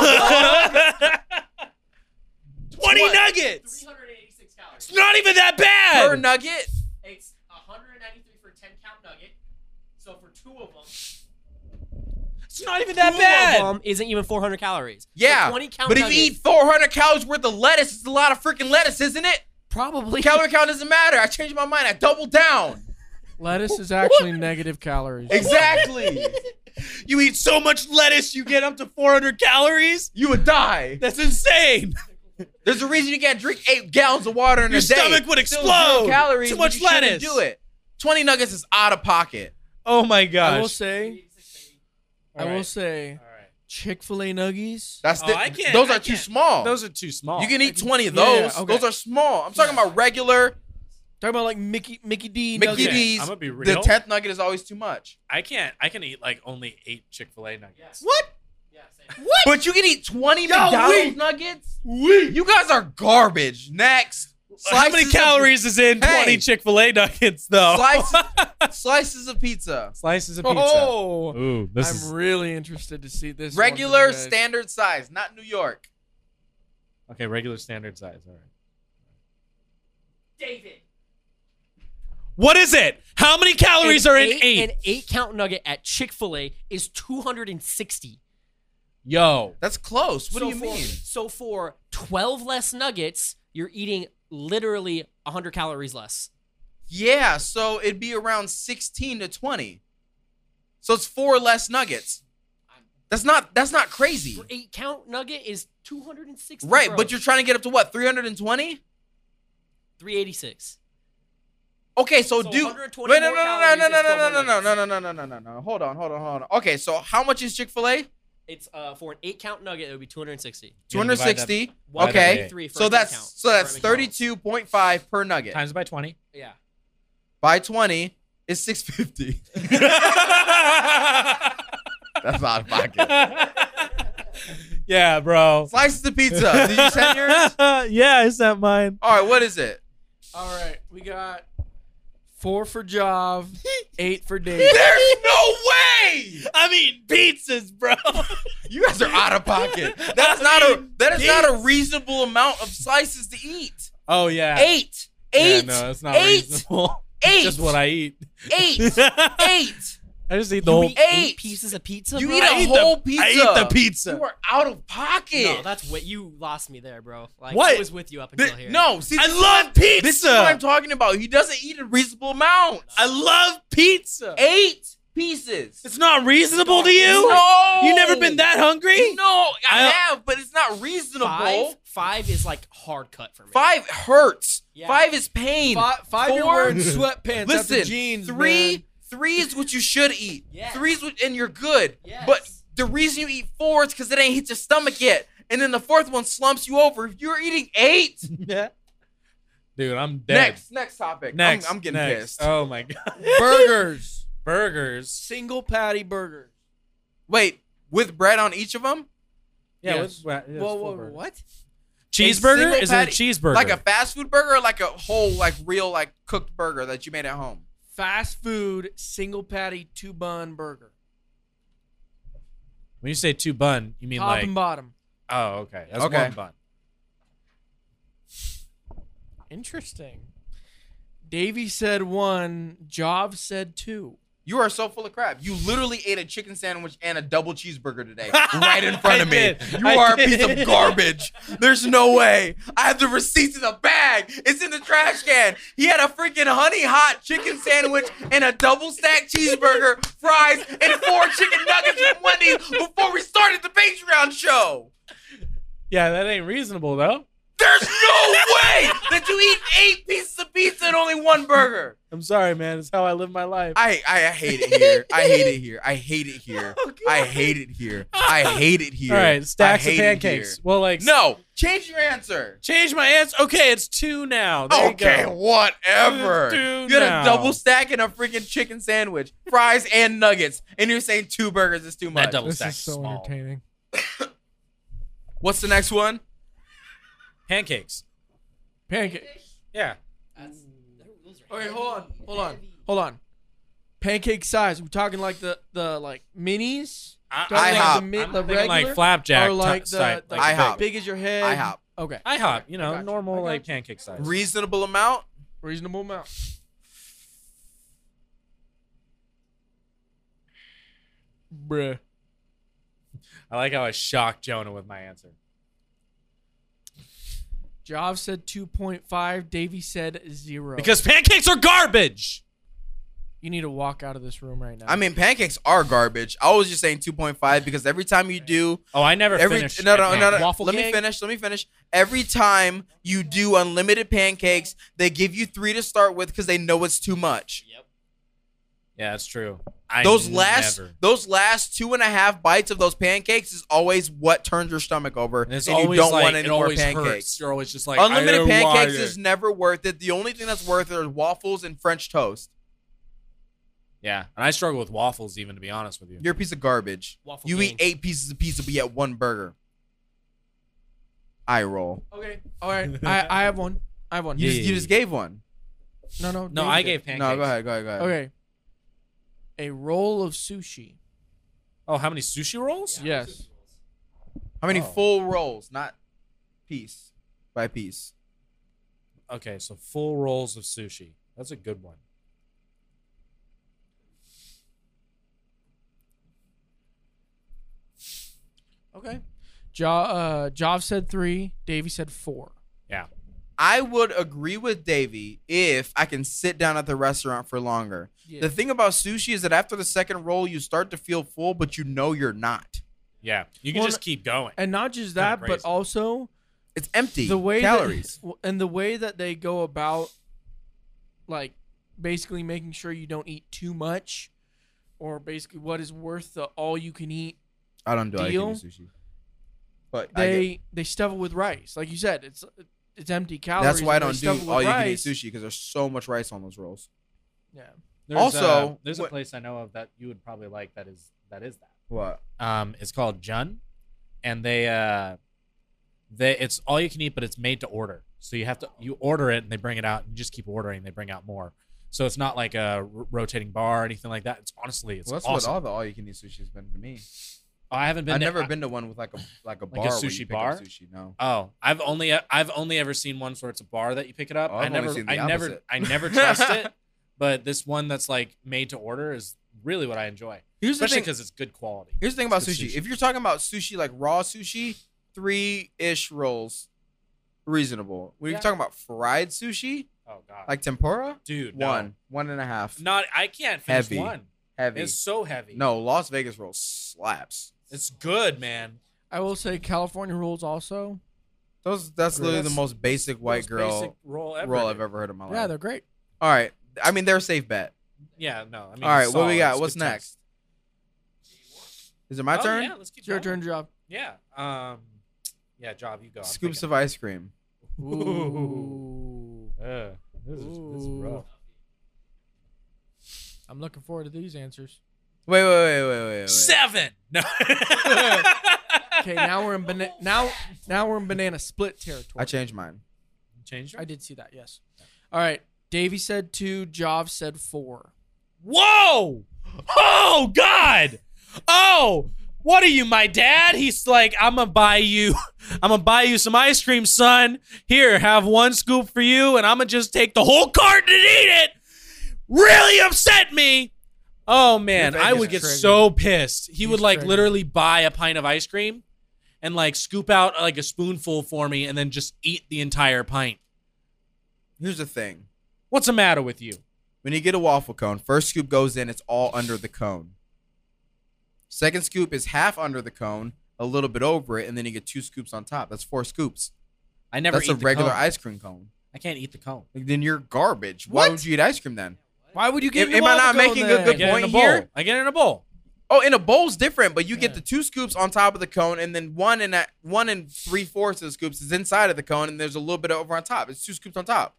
Twenty
What?
nuggets.
386 calories.
It's not even that
Per
bad.
nugget?
It's 193 for a 10 count nugget. So for two of them,
It's not even
two
that
of
bad.
them isn't even 400 calories. The
Yeah.
20 count
But if
nuggets,
you eat 400 calories worth of lettuce, it's a lot of freaking lettuce, isn't it?
Probably.
Calorie count doesn't matter. I changed my mind. I doubled down.
Lettuce is actually negative calories.
Exactly.
You eat so much lettuce, you get up to 400 calories.
you would die.
That's insane.
There's a reason you can't drink eight gallons of water in
Your
a day.
stomach would
Still zero
explode.
Calories,
Too
but
much
you shouldn't
lettuce.
Do it. 20 nuggets is out of pocket.
Oh my
I will
gosh.
say,
386, baby.
All
I will
right.
say,
All right.
Chick Fil A nuggies.
That's
Oh,
the,
I can't-
those
I
are too
can't.
small.
Those are too small.
you can eat 20 of
Yeah, yeah,
those.
okay.
Those are small. I'm talking about regular.
Talking about like Mickey Mickey D.
Mickey
nuggets.
D. D's,
I'm gonna be real.
The 10th nugget is always too much.
I can't. I can eat like only eight Chick Fil A nuggets.
Yeah.
What?
Yeah, same.
But you can eat 20
Yo,
McDonald's
we-
nuggets?
We.
You guys are garbage. Next.
How many
Slices of-
calories is in
Hey.
20 Chick Fil A nuggets, though?
Slices- slices of pizza.
Slices of pizza.
Oh,
Ooh, this
I'm
is
really interested to see this. one from
Regular
you guys.
standard size, not New York.
okay. Regular standard size. All right.
David.
What is it? How many calories
An
are in eight?
An eight count nugget at Chick fil A is 260.
Yo.
That's close. What
so
do you
for,
mean?
So for 12 less nuggets, you're eating literally 100 calories less.
Yeah, so it'd be around 16 to 20. So it's four less nuggets. That's not that's not crazy.
For eight count nugget is 260.
Right,
bro.
but you're trying to get up to what? 320?
386.
Okay, so,
So
do wait,
120
no no no no no
more calories
no
is
no
12
no no no no
nuggets.
no no no no no. Hold on, hold on, hold on. Okay, so how much is Chick-fil-A?
It's uh for an eight count nugget, it would be 260.
You gotta divide that
260.
Why by
Okay.
eight.
193 for
So
an eight count
that's so
for a
that's
McDonald's.
32.5 per nugget.
Times by twenty.
Yeah.
By 20 is 650. That's out of pocket.
yeah, bro.
Slices of pizza. Did you send yours?
yeah, I sent mine.
All right, what is it?
All right, we got four for Jav, eight for Dave.
There's no way.
I mean, pizzas, bro.
You guys are out of pocket. That's not a that is not a reasonable amount of slices to eat.
Oh yeah.
Eight.
Yeah,
Eight.
no, that's not
eight,
reasonable.
eight,
It's just what I eat.
eight,
I
eight.
I just eat the
You
whole.
eat eight.
Eight.
pieces of pizza?
You
bro?
eat a
eat
whole
the,
pizza.
I eat the
You
pizza.
are out of pocket.
No, that's what you lost me there, bro. Like
What?
I was with you up
Th-
until here.
no, see,
I love pizza.
this is what I'm talking about. He doesn't eat a reasonable amount.
I love pizza.
Eight pieces.
It's not reasonable to you.
No.
You never been that hungry?
No, I,
I-
have, but it's not reasonable.
Five, five is like hard cut for me.
Five hurts.
Yeah.
Five is pain.
Five, five you're
Four?
wearing sweatpants
Listen,
after jeans.
three,
man.
three is what you should eat.
Yes.
Three is what, and you're good.
Yes.
But the reason you eat four is because it ain't hit your stomach yet. And then the fourth one slumps you over. If you're eating eight,
Dude, I'm dead.
next, next topic. I'm-
Next.
I'm, getting
next.
pissed.
Oh my god.
burgers,
Burgers.
single patty burger.
Wait, with bread on each of them,
Yeah.
Yes.
what's- yeah, it's
Whoa,
full
whoa,
burger.
what?
single
Cheeseburger? Is it a
patty-
cheeseburger?
like a fast food burger, or like a whole, like real, like cooked burger that you made at home.
Fast food, single patty, two bun burger,
when you say two bun, you mean
top
like
and bottom.
oh okay, that's
Okay.
one bun.
Interesting. Davey said one. Jav said two.
You are so full of crap. You literally ate a chicken sandwich and a double cheeseburger today, right in front of
I
me.
did.
You
I
are
did.
a piece of garbage. There's no way. I have the receipts in the bag. It's in the trash can. He had a freaking honey hot chicken sandwich and a double stack cheeseburger, fries, and four chicken nuggets from Wendy's before we started the Patreon show.
Yeah, that ain't reasonable though.
There's no way that you eat eight pieces of pizza and only one burger.
I'm sorry, man. It's how I live my life.
I, I hate it here. I hate it here. I hate it here. I hate it here. I hate it here.
All right, stacks
I
of
hate it
pancakes.
here.
Well, like
No, change your answer.
change my answer. Okay, it's two now. There you
Okay,
go.
whatever.
Dude,
you had
now.
a double stack and a freaking chicken sandwich, fries and nuggets, and you're saying two burgers is too much.
That double stack small.
entertaining.
What's the next one?
Pancakes.
Pancake.
Yeah.
That's- those are
Okay,
heavy,
hold on, hold on,
heavy.
hold on. pancake size. We're talking like the the like minis.
I,
Talking
I
like
IHOP.
the mid,
I'm
the
thinking
regular.
like flapjack
or like
t-
the,
type,
the
like
IHOP.
big as your head.
I hop.
Okay,
IHOP, you
I
know,
got you. I
normal
got
like
you.
pancake size.
Reasonable amount.
reasonable amount. Bruh.
I like how I shocked Jonah with my answer.
Oh. Jav said 2.5. Davey said zero.
Because pancakes are garbage.
you need to walk out of this room right now.
I mean, pancakes are garbage. I was just saying 2.5 because every time you do,
Oh, I never
every
finished.
no no
at
no,
pan-
no.
Waffle
let me
King?
finish. Let me finish. Every time you do unlimited pancakes, they give you three to start with because they know it's too much.
Yep.
Yeah, that's true. I
those last
never.
those last two and a half bites of those pancakes is always what turns your stomach over,
And
and,
it's
you
always
don't
like,
want any
it
more
always
pancakes.
hurts. You're always just like
Unlimited
I don't want
pancakes
it.
is never worth it. The only thing that's worth it are waffles and French toast.
yeah, and I struggle with waffles even to be honest with you.
You're a piece of garbage.
Waffle
You
King.
eat eight pieces of pizza, but you get one burger. I roll.
okay. All right. I, I have one. I have one.
You
Yeah,
just
yeah,
you
yeah.
just gave one.
No, no.
no,
Davey
I
did.
gave pancakes.
No, go ahead, go ahead, go ahead.
Okay. A roll of sushi.
Oh, how many sushi rolls?
Yes.
How many
Oh.
full rolls, not piece by piece?
Okay, so full rolls of sushi. That's a good one.
Okay. Ja, uh, Jav said three. Davey said four.
I would agree with Davey if I can sit down at the restaurant for longer.
Yeah.
The thing about sushi is that after the second roll, you start to feel full, but you know you're not.
Yeah, you can
Well,
just keep going.
and not just
Kinda
that, but
crazy.
also
It's empty.
the way
calories.
that, w- and the way that they go about, like, basically making sure you don't eat too much, or basically what is worth the all you can eat.
I don't do I
Deal?
do sushi. But I get-
They they stuff it with rice, like you said. It's it's empty calories.
that's why I
and they
don't
stuff it
do
with
all you can eat
rice.
sushi because there's so much rice on those rolls.
Yeah.
There's
Also,
a, there's
what-
a place I know of that you would probably like. That is that is that.
What?
Um, it's called Jun, and they uh, they it's all you can eat, but it's made to order. So you have to you order it, and they bring it out, and you just keep ordering. They bring out more. So it's not like a r- rotating bar or anything like that. It's honestly, it's
Well, that's
awesome.
what all the all you can eat sushi has been to me.
Oh, I haven't been.
I've
to-
never
I-
been to one with like a like a
Like a
bar where you
sushi
pick up
bar?
Sushi, no.
Oh, I've only I've only ever seen one where it's a bar that you pick it up.
Oh, I've
I
only
never
seen the
I never
opposite.
I never trust it. But this one that's like made to order is really what I enjoy,
Here's the
especially
thing.
because it's good quality.
Here's the thing about
It's good
sushi.
sushi.
If you're talking about sushi like raw sushi, three ish rolls, reasonable. When
Yeah.
you're talking about fried sushi,
Oh god,
like tempura,
dude, no.
one, one and a half,
Not I can't finish
Heavy.
one.
heavy.
It's so heavy.
No, Las Vegas roll slaps.
it's good, man.
I will say California rules also.
Those that's
Agree.
literally
That's-
the most basic white
Most basic
girl
roll ever.
roll I've ever heard in my life.
Yeah, they're great.
All right, I mean they're a safe bet.
Yeah, no. I mean,
All right,
it's
what we
solid.
got?
It's
What's
good
next?
taste.
Is it my
Oh,
turn?
Yeah, let's keep
It's your
going.
turn, job.
Yeah. Um. Yeah, job. You go. I'm
Scoops
thinking.
of ice cream.
Ooh. Uh, this is, this is
Ooh.
rough.
I'm looking forward to these answers.
Wait, wait, wait, wait, wait, wait.
Seven. No.
Okay, now we're in banana. Now, now we're in banana split territory.
I changed mine.
Change.
I did see that. Yes. All right. Davey said two. Jav said four.
Whoa! Oh God! Oh, what are you, my dad? He's like, I'm gonna buy you, I'm gonna buy you some ice cream, son. Here, have one scoop for you, and I'm gonna just take the whole carton and eat it. Really upset me. Oh man,
Your
I
Vegas
would get
triggered.
so pissed. He
He's
would like
triggered.
literally buy a pint of ice cream and like scoop out like a spoonful for me, and then just eat the entire pint.
Here's the thing.
What's the matter with you?
When you get a waffle cone, first scoop goes in, it's all under the cone. Second scoop is half under the cone, a little bit over it, and then you get two scoops on top. That's four scoops.
I never.
That's
eat
a
the
regular
cone.
ice cream cone.
I can't eat the cone.
Like, then you're garbage. Why
What?
would you eat ice cream then?
Why would you
give
give?
Am- him am I not Waffle Cone making a then?
I
good
get it in
point
a bowl.
here?
I get it in a bowl.
Oh, in a bowl's different, but you
Yeah.
get the two scoops on top of the cone, and then one and that one and three fourths of the scoops is inside of the cone, and there's a little bit over on top. It's two scoops on top.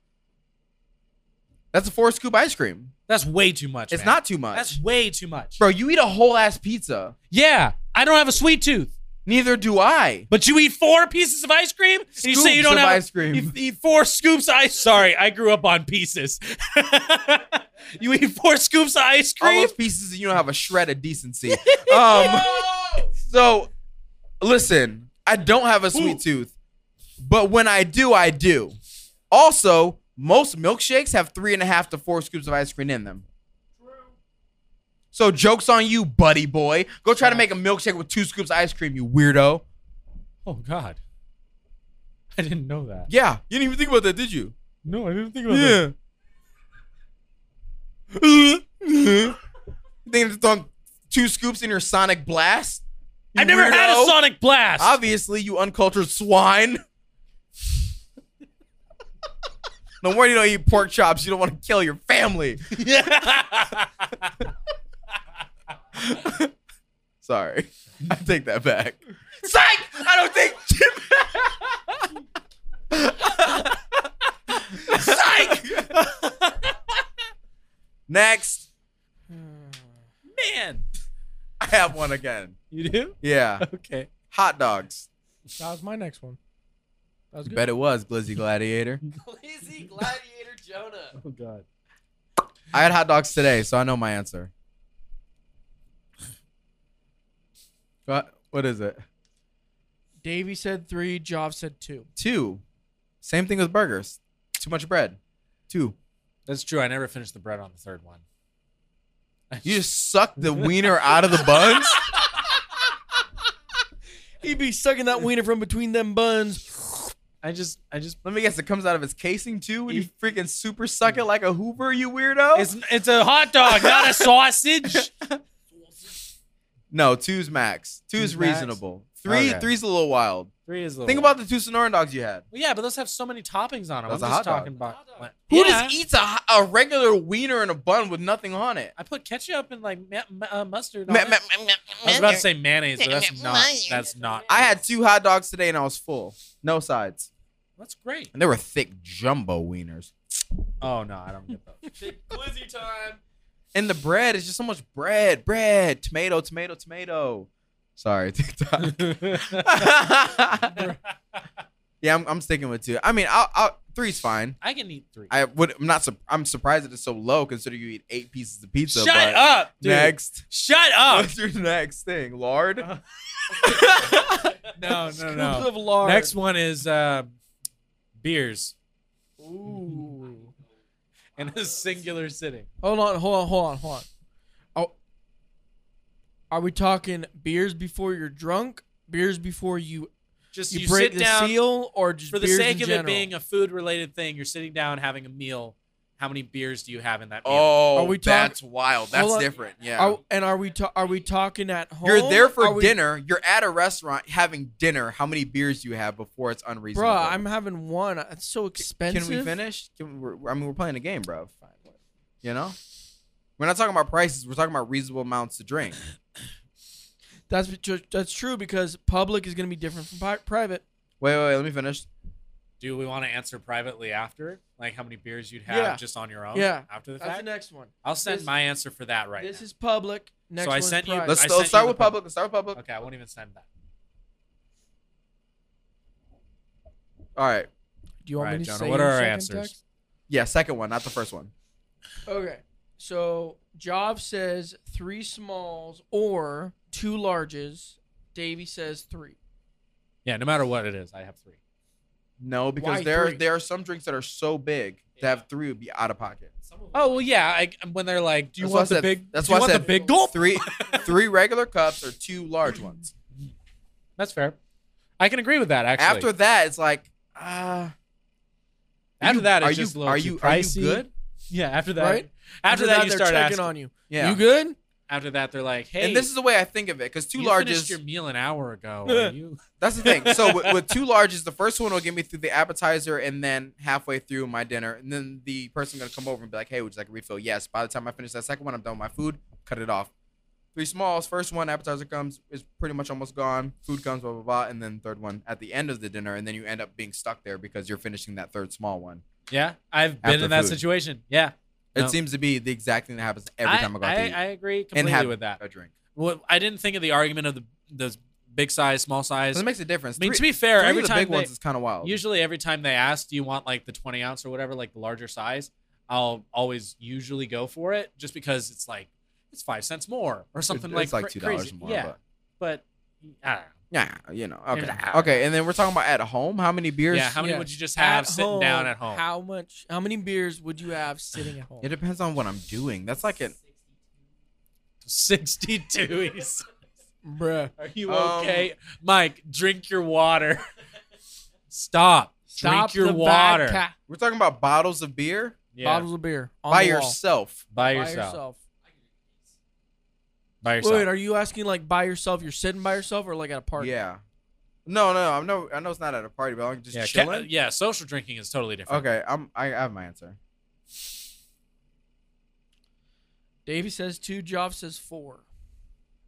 That's a four scoop ice cream.
That's way too much.
It's
man.
not too much,
That's way too much.
bro. You eat a whole ass pizza.
Yeah, I don't have a sweet tooth.
Neither do I.
But you eat four pieces of ice cream, and you say you
Scoops
don't
of
have
ice cream.
You eat four scoops of ice. Sorry, I grew up on pieces. you eat four scoops of ice
All
cream.
those pieces, and you don't have a shred of decency. Um, so, listen, I don't have a sweet tooth, but when I do, I do. Also, most milkshakes have three and a half to four scoops of ice cream in them. So, joke's on you, buddy boy. Go try to make a milkshake with two scoops of ice cream, you weirdo.
Oh God, I didn't know that.
Yeah, you didn't even think about that, did you?
No, I didn't think about that.
Yeah. you think I'm just throwing two scoops in your Sonic Blast? You
I've never had a
weirdo.
Sonic Blast.
Obviously, you uncultured swine. no wonder you don't eat pork chops. You don't want to kill your family. Sorry. I take that back. Psych! I don't think. Psych! Next.
Man,
I have one again.
you do?
Yeah.
Okay,
Hot dogs.
That was my next one. That was good.
Bet it was Glizzy Gladiator.
Glizzy Gladiator Jonah.
Oh God.
I had hot dogs today, so I know my answer. What what is it?
Davey said three. Job said two.
Two. Same thing with burgers. Too much bread. Two.
That's true. I never finished the bread on the third one.
You just suck the wiener out of the buns.
He'd be sucking that wiener from between them buns.
I just, I just.
Let me guess, it comes out of its casing too when you freaking super suck it like a Hoover, you weirdo.
It's, it's a hot dog, not a sausage.
no, two's max. Two's
Two's max?
reasonable. Three,
Okay.
three's a little wild.
Three is a little
Think about the two Sonoran dogs you had.
Well, yeah, but those have so many toppings on them.
That's
I'm
a hot
just talking about.
Who
yeah,
just eats a, a regular wiener in a bun with nothing on it?
I put ketchup and like ma- ma- uh, mustard. On
Ma-
it.
ma-
I was about to say mayonnaise, but that's not. That's not.
I had two hot dogs today and I was full. No sides.
That's great.
And they were thick jumbo wieners.
Oh no, I don't get those.
Glizzy time.
And the bread is just so much bread, bread, tomato, tomato, tomato. Sorry, TikTok. yeah, I'm, I'm sticking with two. I mean, I'll, I'll, three's fine.
I can eat three.
I would. I'm not. sur- I'm surprised that it's so low, considering you eat eight pieces of pizza.
Shut
but
up, dude.
Next,
Shut up.
what's your next thing, lard?
Uh, No, no,
Scoops
no.
of lard.
Next one is uh, beers
Ooh.
in a singular sitting.
Hold on, hold on, hold on, hold on. Oh, are we talking beers before you're drunk? Beers before you
Just
you,
you,
break
sit
the
down
seal, or just
for the
beers
sake
in
of it
general?
being a food related thing. You're sitting down having a meal. How many beers do you have in that meal?
Oh,
Are we talk-
that's wild. That's
Hold on.
different. Yeah.
Are, and are we ta- are we talking at home?
You're there
Are
for
we-
dinner. You're at a restaurant having dinner. How many beers do you have before it's unreasonable?
Bruh, I'm having one. It's so expensive.
Can we finish? Can we, we're- I mean, we're playing a game, bro. You know, we're not talking about prices. We're talking about reasonable amounts to drink.
That's because- that's true because public is going to be different from pri- private.
Wait, wait, wait let me finish.
Do we want to answer privately after? Like how many beers you'd have
Yeah.
just on your own?
Yeah.
After the
That's
fact?
the next one.
I'll send
this-
my answer for that right
this
now.
is public. Next
I
one's
sent you-
private.
Let's,
sent
let's
you
start
the
with
public.
public. Let's start with public.
okay, I won't even send that.
All right.
Do you want
Right,
me to
Jonah,
say
what
your
are our
second
answers?
text?
Yeah, second one, not the first one.
Okay. So Job says three smalls or two larges. Davey says three.
Yeah, no matter what it is, I have three.
No, because
Why
there are
three?
there are some drinks that are so big to have three would be out of pocket.
Oh well, yeah. I, when they're like, "Do you
That's why I
want the
said-
big?
that's
do you
why I
want the
said
big gulp?"
Three three regular cups or two large ones.
That's fair. I can agree with that. Actually,
After that, it's like ah.
after that, it's
are you-
just a little
are
too
you- are you
pricey.
good?
Yeah. After that,
Right?
after, that, you
they're
start
checking
asking.
on you.
yeah.
You good?
After that, they're like, "Hey,
And this is the way I think of it because two
you
larges.
finished your meal an hour ago. Are you?
That's the thing. So with, with two larges, the first one will get me through the appetizer and then halfway through my dinner, and then the person gonna come over and be like, "Hey, would you like a refill?" Yes. By the time I finish that second one, I'm done with my food. Cut it off. Three smalls. First one, appetizer comes, is pretty much almost gone. Food comes, blah blah blah, and then third one at the end of the dinner, and then you end up being stuck there because you're finishing that third small one.
Yeah, I've been
After
in that
food.
situation. Yeah, No.
It seems to be the exact thing that happens every
I,
time I go out
I,
to eat
I agree completely
and have
with that.
a drink.
Well, I didn't think of the argument of the those big size, small size.
It
I
makes a difference.
mean,
Three-
to be fair,
three of
every
the
time
big
they,
ones is kind of wild.
usually every time they ask, do you want like the 20 ounce or whatever, like the larger size, I'll always usually go for it just because it's like it's five cents more or something
it's like
cra-
two dollars
crazy.
more.
Yeah,
but-
but, I don't know.
Yeah, you know. Okay.
Yeah.
Okay, and then we're talking about at home. How many beers?
Yeah, how many
Yeah.
would you just have
At
sitting
home,
down at home?
How much? How many beers would you have sitting at home?
it depends on what I'm doing. That's like an
62. he says.
Bruh.
Are you
Um,
okay? Mike, drink your water. Stop.
Stop
drink your
the
water.
vodka.
we're talking about bottles of beer
Yeah.
Bottles of beer on
by
the wall.
yourself.
by,
By
yourself.
yourself.
By yourself.
Wait, are you asking like by yourself? You're sitting by yourself or like at a party?
Yeah. No, no, I'm no. I know it's not at a party, but I'm just
yeah, ca- uh,
chilling.
yeah, social drinking is totally different.
okay, I'm. I I have my answer.
Davey says two. Joff says four.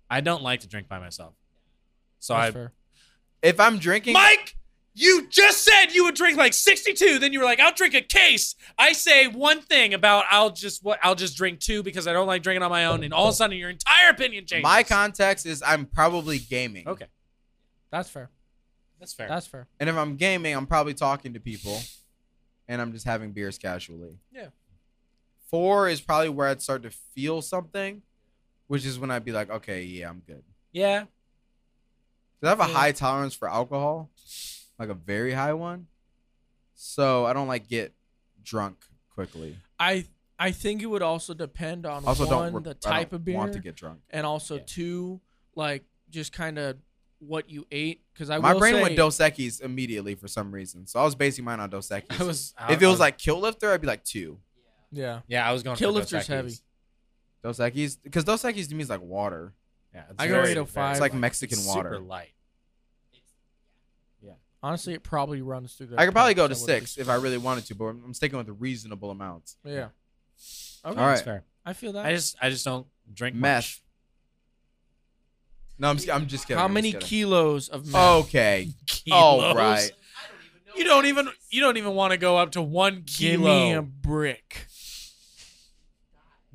I don't like to drink by myself. So
That's
I
fair.
If I'm drinking,
Mike, you just said you would drink like 62. Then you were like, I'll drink a case. I say one thing about I'll just what I'll just drink two because I don't like drinking on my own, and all of a sudden your entire opinion changes.
my context is I'm probably gaming.
Okay,
That's fair.
that's fair.
That's fair.
And if I'm gaming, I'm probably talking to people, and I'm just having beers casually.
Yeah.
Four is probably where I'd start to feel something, which is when I'd be like, okay, yeah, I'm good.
yeah.
Because I have a
Yeah.
high tolerance for alcohol, like a very high one. So I don't like get drunk quickly.
I I think it would also depend on
Also,
one
don't re-
the
I
type
don't
of beer
want to get drunk.
and also
Yeah.
two like just kind of what you ate because I
My
will
brain
say,
went Dos Equis immediately for some reason, so I was basing mine on Dos Equis.
I was. I,
if it was like Kill Lifter, I'd be like two
Yeah,
yeah, I was going.
Kill
for Dos
Lifter's
Equis.
heavy.
Dos Equis, because Dos Equis to me is like water.
Yeah, it's
I
go
very-
805.
very
It's like
light.
Mexican
It's
water.
Super light.
honestly, it probably runs through. the
I could probably go to
points, I would
six if I really wanted to, but I'm sticking with a reasonable amount.
be- Yeah. Okay.
All
That's
right,
fair.
I feel that.
I just, I just don't drink
meth. No, I'm just, I'm just kidding.
How
I'm just
many
kidding.
kilos of meth?
Oh,
Okay.
Much.
All
Kilos.
right.
You don't even, you don't even want to go up to one
give
kilo.
me a brick.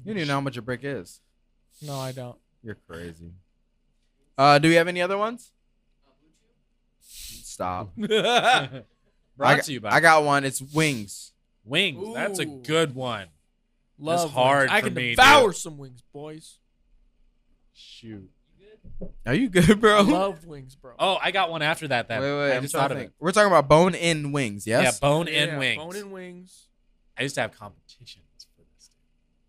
You don't even know how much a brick is.
No, I don't.
You're crazy. Uh, do we have any other ones? Stop.
Brought
got-
to you by
I got one. It's wings.
Wings. That's a
Ooh.
good one.
Love
hard
Wings. I
for
can
me,
devour some wings, boys.
Shoot.
Are you good, bro?
Love wings, bro.
Oh, I got one after that.
wait,
Then
wait.
I
I'm
just
trying
thought
to
of
think.
it.
We're talking about bone in wings. Yes.
Yeah, bone in
Yeah,
wings.
Bone and wings.
I used to have competitions for this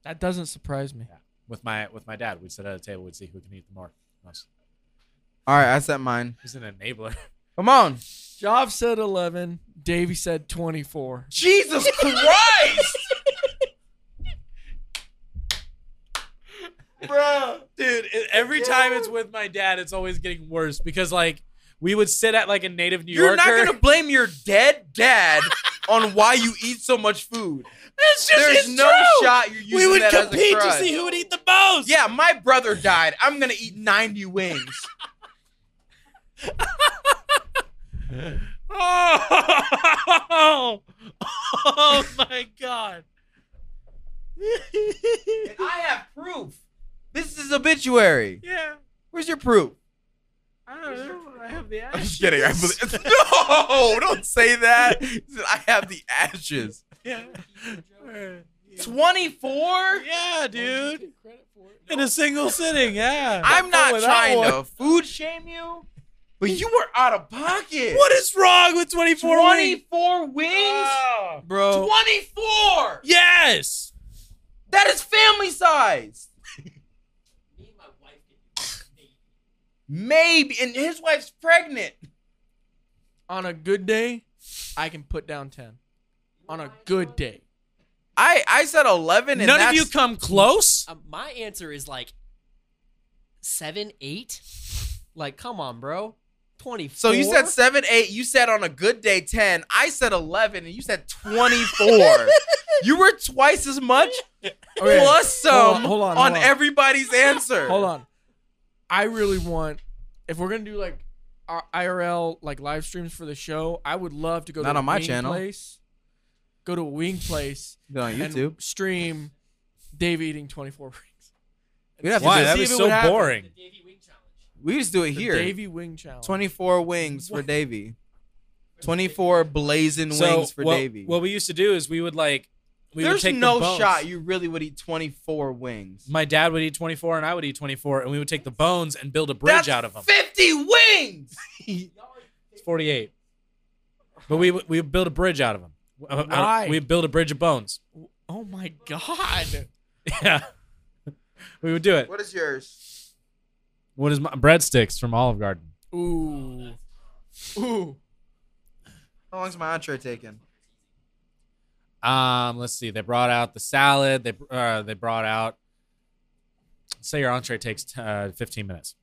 That doesn't surprise me.
with my with my dad. We'd sit at a table. We'd see who can eat the more. Most.
All right, I set mine.
He's an enabler.
Come on.
Job said eleven. Davey said twenty-four.
Jesus Christ,
Bro, dude, it- every time it's with my dad, it's always getting worse because like we would sit at like a native New
you're
Yorker.
not gonna blame your dead dad on why you eat so much food.
It's just
There's
it's
no
true.
shot you're using
We would
that as a
compete to
crutch.
see who would eat the most.
Yeah, my brother died. I'm gonna eat 90 wings.
Oh, oh my god.
and I have proof. This is obituary.
Yeah.
Where's your proof?
I don't know. I have the
I'm
ass.
just kidding. I believe. No, don't say that. I have the ashes.
Yeah.
Twenty-four.
Yeah, dude. In a single sitting, yeah.
I'm not
with that
trying to food shame you, but you were out of pocket.
What is wrong with 24 wings?
Twenty-four wings,
Oh.
bro. Twenty-four.
Yes.
That is family size. Maybe, and his wife's pregnant.
On a good day, I can put down ten. On a good day.
I I said eleven, and
None of
that's-
you come close.
Um, my answer is like seven, eight. Like, come on, bro. Twenty.
So you said seven, eight. You said on a good day ten. I said eleven, and you said twenty-four. you were twice as much
Okay,
plus some on,
hold on, hold on, hold on.
everybody's answer.
Hold on. I really want if we're gonna do like our IRL like live streams for the show, I would love to go
Not
to a
on my
wing
channel.
place. Go to a wing place
Get on YouTube.
and stream Dave eating twenty four rings.
We'd have
Why?
to do
That
See
was
if it
so
would happen.
boring.
We used to do it
The
here.
Davy Wing Challenge.
24 wings for Davy. 24 blazing wings for
what,
Davy.
what we used to do is we would like we would
There's
take the
no
bones.
shot you really would eat 24 wings.
My dad would eat 24 and I would eat 24 and we would take the bones and build a bridge
That's
out of them.
50 wings.
It's 48. But we would- we would build a bridge out of them.
Why?
We build a bridge of bones.
Oh my god.
Yeah. we would do it.
What is yours?
What is my breadsticks from Olive Garden?
Ooh. Ooh.
How long's my entree taking?
Um, let's see. They brought out the salad. They uh, they brought out. Say your entree takes uh, 15 minutes.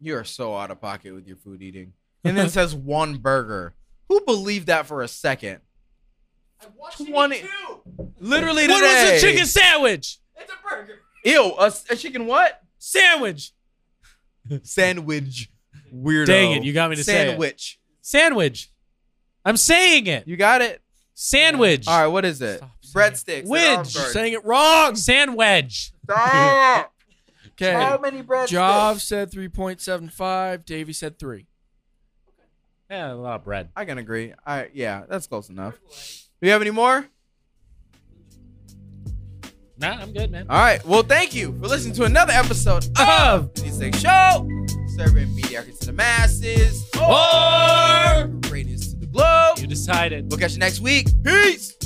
You are so out of pocket with your food eating. And then it says one burger. Who believed that for a second? 20. Literally today.
What was a chicken sandwich?
Ew, a, a chicken what?
Sandwich.
Sandwich. Weirdo.
Dang it, you got me to say it.
Sandwich.
Sandwich. I'm saying it.
You got it?
Sandwich.
All right, what is it?
Stop saying-
Breadsticks.
Wedge.
You're
Wedge.
saying it wrong.
Sandwich.
Stop.
Okay.
many breadsticks?
Job said 3.75. Davey said 3.
Yeah, a lot of bread.
I can agree. I yeah, that's close enough. Do you have any more?
Nah, I'm good, man.
All right. Well, thank you for listening to another episode
Uh-huh.
of the Six Show, serving mediocrity to the masses, or greatness to the globe.
Oh. You decided.
We'll catch you next week. Peace.